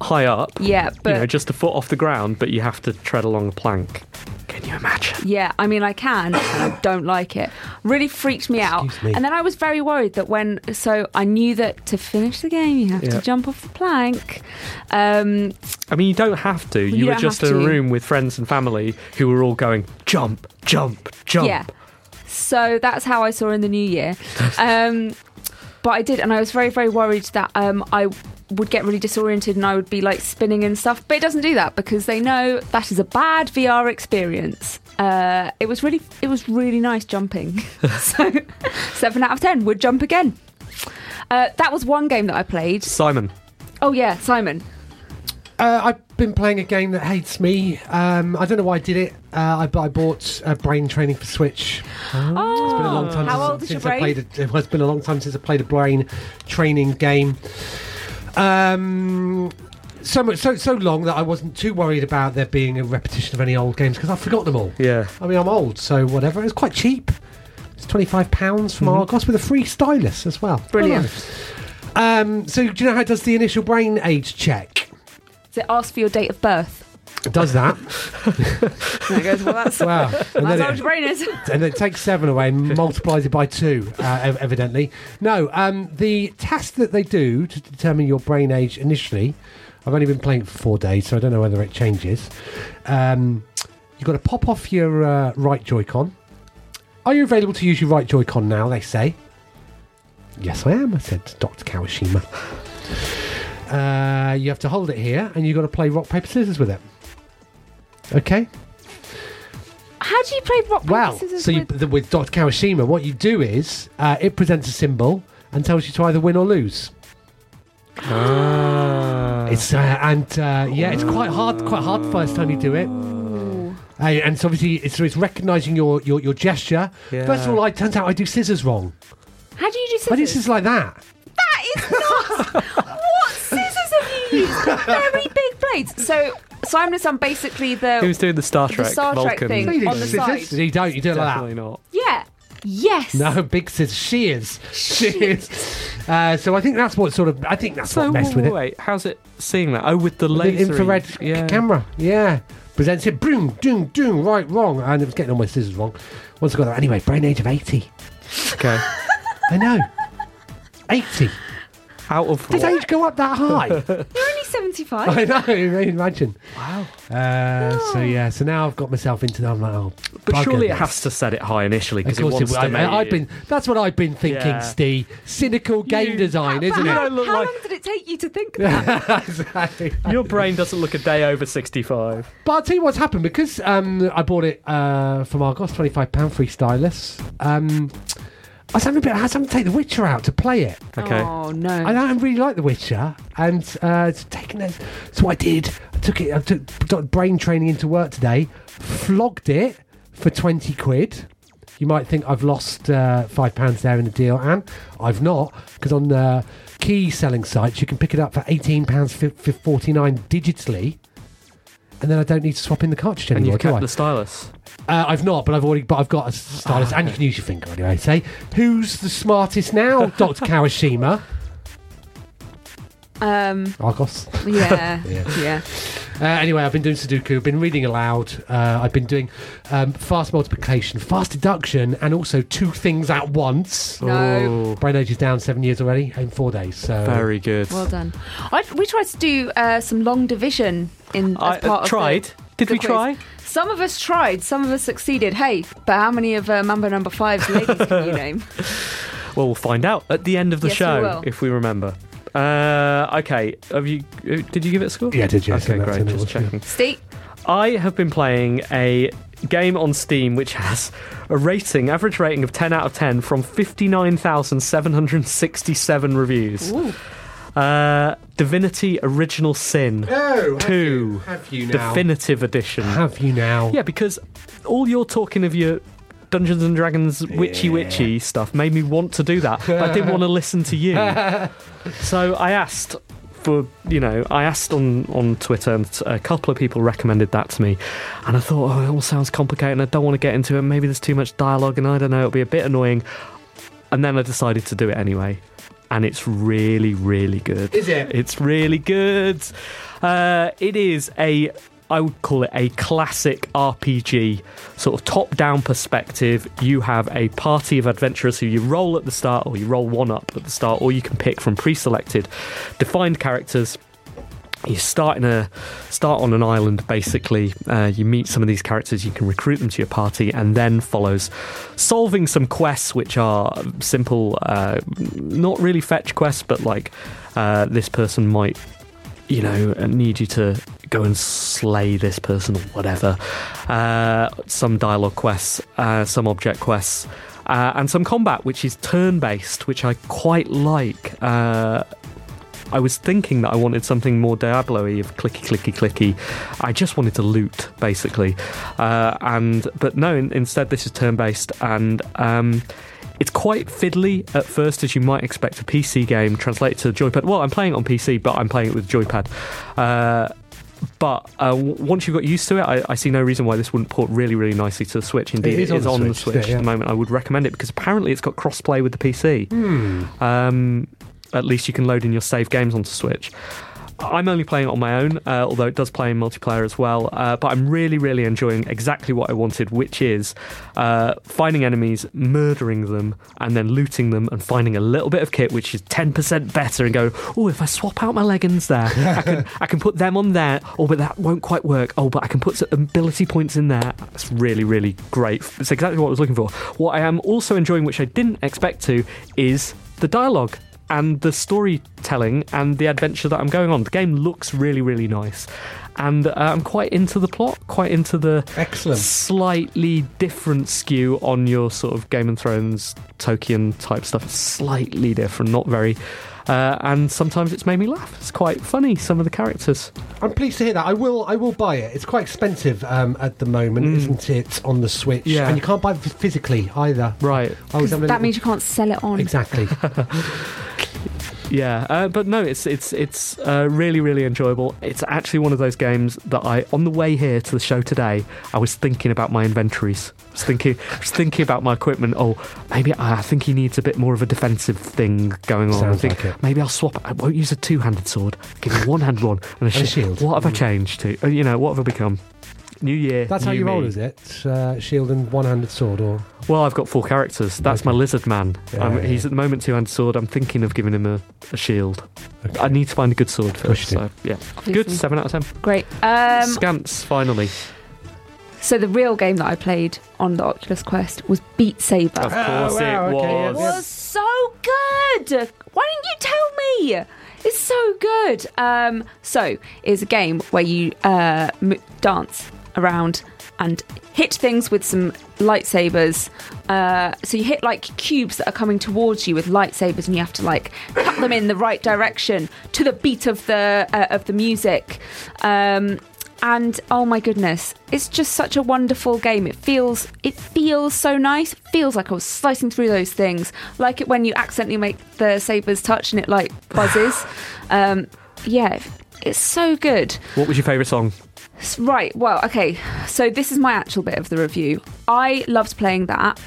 Speaker 2: high up.
Speaker 4: Yeah,
Speaker 2: you know,
Speaker 4: but-
Speaker 2: just a foot off the ground, but you have to tread along a plank. Can you imagine?
Speaker 4: Yeah, I mean, I can, and I don't like it. Really freaked me out.
Speaker 3: me.
Speaker 4: And then I was very worried that when, so I knew that to finish the game, you have
Speaker 2: Yeah.
Speaker 4: to jump off the plank. Um,
Speaker 2: I mean, you don't have to. You,
Speaker 4: You
Speaker 2: were
Speaker 4: don't
Speaker 2: just
Speaker 4: have
Speaker 2: in a
Speaker 4: to.
Speaker 2: room with friends and family who were all going jump, jump,
Speaker 3: [laughs]
Speaker 2: jump.
Speaker 4: yeah. So that's how I saw in the new year. Um, but I did, and I was very, very worried that um, I would get really disoriented and I would be like spinning and stuff. But it doesn't do that because they know that is a bad VR experience. Uh, it was really, it was really nice jumping. [laughs] so seven out of ten would jump again. Uh, that was one game that I played.
Speaker 2: Simon,
Speaker 4: Oh yeah, Simon.
Speaker 3: Uh, I've been playing a game that hates me. Um, I don't know why I did it. Uh, I, but I bought uh, Brain Training for Switch.
Speaker 4: Oh,
Speaker 3: It's been a long time
Speaker 4: how
Speaker 3: since,
Speaker 4: old is your
Speaker 3: since
Speaker 4: brain?
Speaker 3: I played. A, [laughs] it has been a long time since I played a brain training game. Um, so much, so so long that I wasn't too worried about there being a repetition of any old games because I forgot them all.
Speaker 2: yeah,
Speaker 3: I mean, I'm old, so whatever. It's quite cheap. It's twenty five pounds from Argos with a free stylus as well.
Speaker 4: Brilliant.
Speaker 3: Um, so do you know how it does the initial brain age check?
Speaker 4: Does it ask for your date of birth?
Speaker 3: It
Speaker 4: [laughs]
Speaker 3: does that.
Speaker 4: And it goes, well, that's, [laughs]
Speaker 3: wow. And
Speaker 4: that's
Speaker 3: then
Speaker 4: how old
Speaker 3: it-
Speaker 4: your brain is. [laughs]
Speaker 3: [laughs] and it takes seven away and multiplies it by two, uh, ev- evidently. No, um, the test that they do to determine your brain age initially, I've only been playing it for four days, so I don't know whether it changes. Um, you've got to pop off your uh, right Joy-Con. Are you available to use your right Joy-Con now, they say. Yes, I am, I said to Dr. Kawashima. Uh, you have to hold it here, and you've got to play rock, paper, scissors with it. Okay?
Speaker 4: How do you play rock, paper,
Speaker 3: Well,
Speaker 4: scissors
Speaker 3: so you,
Speaker 4: with-
Speaker 3: the, with Dr. Kawashima, what you do is uh, it presents a symbol and tells you to either win or lose. It's uh, and uh, yeah, it's quite hard, quite hard the first time you do it. Uh, and so obviously, it's, so it's recognizing your, your, your gesture. First of all, I turns out I do scissors wrong.
Speaker 4: How do you do scissors?
Speaker 3: I do scissors like that.
Speaker 4: That is
Speaker 2: [laughs]
Speaker 4: not. what scissors have you used? Very big blades. So Simon's on basically the.
Speaker 2: he was doing the Star
Speaker 4: The
Speaker 2: Trek,
Speaker 4: Star Trek
Speaker 2: Vulcan.
Speaker 4: thing.
Speaker 3: No, you do
Speaker 4: On the
Speaker 3: scissors.
Speaker 4: side.
Speaker 3: You don't. You do it like that.
Speaker 2: Definitely not.
Speaker 4: yeah. Yes.
Speaker 3: No, big scissors. Shears. Shears. Uh, so I think that's what sort of. I think that's
Speaker 2: So
Speaker 3: what messed with
Speaker 2: wait,
Speaker 3: it.
Speaker 2: wait, how's it seeing that? Oh, with the
Speaker 3: With
Speaker 2: laser,
Speaker 3: an infrared c-
Speaker 2: yeah.
Speaker 3: camera. Yeah. Presents it. Boom, doom, doom, right, wrong. And it was getting all my scissors wrong. Once I got that. Anyway, brain age of 80.
Speaker 2: Okay, [laughs]
Speaker 3: I know. 80.
Speaker 2: [laughs] out of
Speaker 3: Does
Speaker 2: what?
Speaker 3: age go up that
Speaker 2: [laughs]
Speaker 3: high?
Speaker 4: You're only seventy-five.
Speaker 3: I know. Imagine.
Speaker 2: Wow. Oh.
Speaker 3: Uh, So, yeah. So now I've got myself into that. I'm like, oh,
Speaker 2: But
Speaker 3: bugger
Speaker 2: surely it
Speaker 3: this.
Speaker 2: has to set it high initially
Speaker 3: Of
Speaker 2: because it
Speaker 3: course,
Speaker 2: wants
Speaker 3: it,
Speaker 2: to
Speaker 3: I,
Speaker 2: make
Speaker 3: I, I've been. That's what I've been thinking,
Speaker 2: Yeah.
Speaker 3: Steve. Cynical game
Speaker 2: You-
Speaker 3: design,
Speaker 4: But
Speaker 3: isn't [laughs]
Speaker 4: how,
Speaker 3: it?
Speaker 2: don't look
Speaker 4: how
Speaker 2: like-
Speaker 4: long did it take you
Speaker 2: [laughs]
Speaker 4: to think that?
Speaker 3: Exactly.
Speaker 2: Your brain doesn't look a day over 65.
Speaker 3: But I'll tell you what's happened because um, I bought it uh, from Argos, twenty five pound free stylus. Um, I was having a bit. I had to take The Witcher out to play it.
Speaker 2: Okay.
Speaker 4: Oh no.
Speaker 3: I don't really like The Witcher, and uh, it's taken it. So I did. I took it. I took got brain training into work today. Flogged it for twenty quid. You might think I've lost uh, five pounds there in the deal, and I've not because on the key selling sites you can pick it up for eighteen pounds forty nine digitally. And then I don't need to swap in the cartridge
Speaker 2: And
Speaker 3: anymore.
Speaker 2: you've
Speaker 3: do I?
Speaker 2: kept the stylus.
Speaker 3: Uh, I've not, but I've already. But I've got a s- stylus, and
Speaker 2: Ah.
Speaker 3: you can use your finger anyway. Say, who's the smartest now,
Speaker 2: [laughs]
Speaker 3: Doctor Kawashima?
Speaker 4: Um.
Speaker 3: Argos.
Speaker 2: [laughs]
Speaker 4: Yeah.
Speaker 3: Yeah.
Speaker 4: yeah.
Speaker 3: Uh, anyway, I've been doing Sudoku. I've been reading aloud. Uh, I've been doing um, fast multiplication, fast deduction, and also two things at once.
Speaker 4: No.
Speaker 2: Oh,
Speaker 3: Brain age is down seven years already in four days. So
Speaker 2: very good.
Speaker 4: Well done. I, we tried to do uh, some long division in
Speaker 2: I
Speaker 4: as part
Speaker 2: uh,
Speaker 4: of
Speaker 2: tried.
Speaker 4: the-
Speaker 2: Did
Speaker 4: the
Speaker 2: we
Speaker 4: quiz.
Speaker 2: try?
Speaker 4: Some of us tried, some of us succeeded. Hey, but how many of uh, Mambo Number Five's ladies
Speaker 2: [laughs]
Speaker 4: can you name?
Speaker 2: Well, we'll find out at the end of the
Speaker 4: Yes, we
Speaker 2: show
Speaker 4: will.
Speaker 2: if we remember. Uh, okay. Have you? uh, Did you give it a score?
Speaker 3: Yeah, I did, yeah,
Speaker 2: Okay,
Speaker 3: so that's
Speaker 2: great.
Speaker 3: in it,
Speaker 2: Just
Speaker 3: wasn't it?
Speaker 2: checking.
Speaker 4: Steve.
Speaker 2: I have been playing a game on Steam which has a rating, average rating of 10 out of 10 from 59,767 reviews. Uh, Divinity Original Sin
Speaker 3: Oh, have
Speaker 2: 2
Speaker 3: you- have you now?
Speaker 2: Definitive Edition.
Speaker 3: have you now?
Speaker 2: Yeah, because all your talking of your Dungeons and Dragons witchy witchy stuff made me want to do that. but I didn't want to listen to you. so I asked for, you know, I asked on, on Twitter and a couple of people recommended that to me. And I thought, oh, it all sounds complicated and I don't want to get into it. Maybe there's too much dialogue and I don't know, it'll be a bit annoying. And then I decided to do it anyway. and it's really, really good.
Speaker 3: Is it?
Speaker 2: It's really good. Uh, it is a, I would call it a classic RPG, sort of top down perspective. You have a party of adventurers who you roll at the start, or you roll one up at the start, or you can pick from pre selected defined characters you start in a start on an island basically uh, you meet some of these characters you can recruit them to your party and then follows solving some quests which are simple uh, not really fetch quests but like uh, this person might you know need you to go and slay this person or whatever uh, some dialogue quests uh, some object quests uh, and some combat which is turn based which i quite like uh, I was thinking that I wanted something more Diablo-y of clicky, clicky, clicky. I just wanted to loot, basically. Uh, and but no, in, instead this is turn-based, and um, it's quite fiddly at first, as you might expect a PC game translated to the joypad. Well, I'm playing it on PC, but I'm playing it with joypad. Uh, but uh, w- once you've got used to it, I, I see no reason why this wouldn't port really, really nicely to the Switch. Indeed, it is, on the Switch,
Speaker 3: yeah.
Speaker 2: at the moment. I would recommend it because apparently it's got crossplay with the PC. Um, at least you can load in your save games onto Switch. I'm only playing it on my own, uh, although it does play in multiplayer as well. Uh, but I'm really, really enjoying exactly what I wanted, which is uh, finding enemies, murdering them, and then looting them, and finding a little bit of kit which is 10% better, and go, oh, if I swap out my leggings there, I can, I can put them on there. Oh, but that won't quite work. Oh, but I can put some ability points in there. It's really, really great. It's exactly what I was looking for. What I am also enjoying, which I didn't expect to, is the dialogue and the storytelling and the adventure that I'm going on. The game looks really, really nice. And uh, I'm quite into the plot, quite into the
Speaker 3: Excellent.
Speaker 2: slightly different skew on your sort of Game of Thrones, Tolkien type stuff. It's slightly different, not very. Uh, and sometimes it's made me laugh. It's quite funny, some of the characters.
Speaker 3: I'm pleased to hear that. I will. I will buy it. It's quite expensive um, at the moment, isn't it? On the Switch,
Speaker 2: Mm. Yeah.
Speaker 3: and you can't buy it f- physically either. Oh,
Speaker 2: Right.
Speaker 3: I was having a
Speaker 4: That
Speaker 3: little-
Speaker 4: means you can't sell it on.
Speaker 3: [laughs] exactly.
Speaker 2: Yeah, uh, but no, it's it's it's uh, really really enjoyable. It's actually one of those games that I, on the way here to the show today, I was thinking about my inventories. I was thinking, I was thinking about my equipment. Oh, maybe I I think he needs a bit more of a defensive thing going on.
Speaker 3: Sounds
Speaker 2: I think
Speaker 3: like it.
Speaker 2: maybe I'll swap. I won't use a two-handed sword. I'll give him a one-hand one and a,
Speaker 3: And [laughs] a
Speaker 2: shield.
Speaker 3: shield. Mm.
Speaker 2: What have I changed to? Uh, You know, what have I become? New year.
Speaker 3: That's how
Speaker 2: new
Speaker 3: you roll,
Speaker 2: me.
Speaker 3: is it? Uh, shield and one-handed sword, or
Speaker 2: Well, I've got four characters. That's my lizard man.
Speaker 3: Yeah,
Speaker 2: Um,
Speaker 3: yeah.
Speaker 2: He's at the moment two-handed sword. I'm thinking of giving him a, a shield. I need to find a good swword first.
Speaker 3: course you
Speaker 2: So,
Speaker 3: do.
Speaker 2: yeah,
Speaker 4: Please
Speaker 2: good.
Speaker 4: do.
Speaker 2: Seven out of ten.
Speaker 4: Great. Um,
Speaker 2: Scamps finally.
Speaker 4: so the real game that I played on the Oculus Quest was Beat Saber.
Speaker 2: Of course
Speaker 3: wow,
Speaker 2: it
Speaker 3: okay, yeah,
Speaker 2: was.
Speaker 3: yeah.
Speaker 4: was so good. Why didn't you tell me? It's so good. Um, so it's a game where you uh, m- dance around and hit things with some lightsabers. Uh, so you hit like cubes that are coming towards you with lightsabers, and you have to like cut them in the right direction to the beat of the uh, of the music. Um, and oh my goodness it's just such a wonderful game it feels it feels so nice It feels like i was slicing through those things like it when you accidentally make the sabers touch and it like buzzes um yeah it's so good
Speaker 2: What was your favourite song?
Speaker 4: S- right well okay so this is my actual bit of the review i loved playing that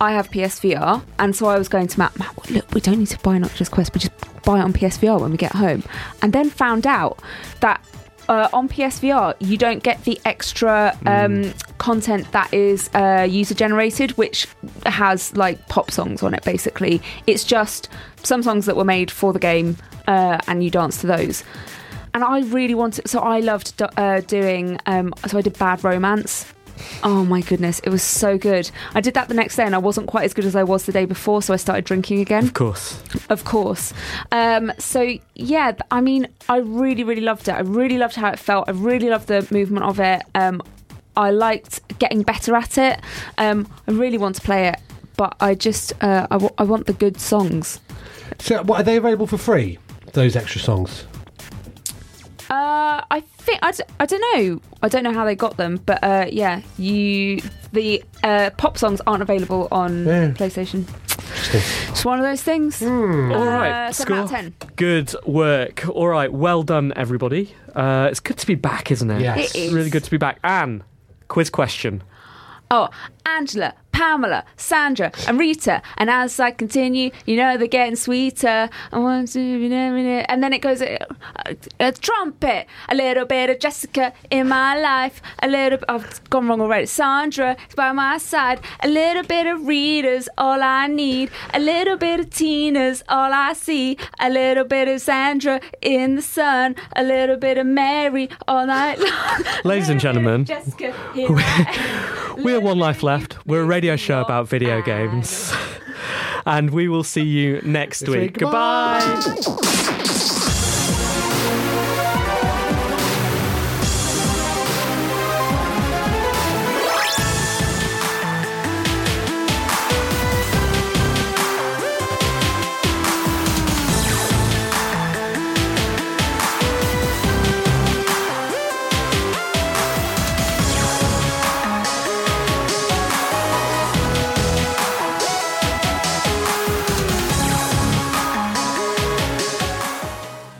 Speaker 4: i have psvr and so i was going to matt matt well, look we don't need to buy an oculus quest we just buy it on psvr when we get home and then found out that uh, on PSVR, you don't get the extra um, content that is uh, user generated, which has like pop songs on it. Basically, it's just some songs that were made for the game, uh, and you dance to those. And I really wanted, so I loved do- uh, doing. Um, so I did Bad Romance. Oh my goodness, it was so good. I did that the next day, and I wasn't quite as good as I was the day before, so I started drinking
Speaker 2: [laughs]
Speaker 4: again
Speaker 2: Of course.
Speaker 4: of course. Um, so yeah, th- I mean, I really, really loved it. I really loved how it felt. I really loved the movement of it. Um, I liked getting better at it. Um, I really want to play it, but I just uh, I, w- I want the good songs.
Speaker 3: so what, are they available for free? Those extra songs.
Speaker 4: Uh, I think I, d- I don't know. I don't know how they got them, but uh, yeah, you the uh, pop songs aren't available on
Speaker 3: Yeah.
Speaker 4: PlayStation. It's one of those things.
Speaker 2: All
Speaker 4: Uh,
Speaker 2: right,
Speaker 4: seven out of
Speaker 2: score.
Speaker 4: ten.
Speaker 2: Hmm. Good work. All right, well done, everybody. Uh, it's good to be back, isn't it?
Speaker 3: Yes.
Speaker 4: It is.
Speaker 2: Really good to be back. Anne, quiz question.
Speaker 4: Oh, Angela, Pamela, Sandra, and Rita. And as I continue, you know they're getting sweeter. I want to, you know, you know. and then it goes uh, uh, a trumpet, a little bit of Jessica in my life, a little. I've gone wrong already. Sandra is by my side, a little bit of Rita's all I need, a little bit of Tina's all I see, a little bit of Sandra in the sun, a little bit of Mary all night [laughs] long.
Speaker 2: [laughs] Ladies and
Speaker 4: Little bit of
Speaker 2: gentlemen,
Speaker 4: Jessica here, there.
Speaker 2: [laughs] We are
Speaker 4: Little
Speaker 2: One Life
Speaker 4: bit of
Speaker 2: Left. We're a radio show about video
Speaker 4: and-
Speaker 2: games. [laughs] And we will see you next
Speaker 3: week.
Speaker 2: week. Goodbye.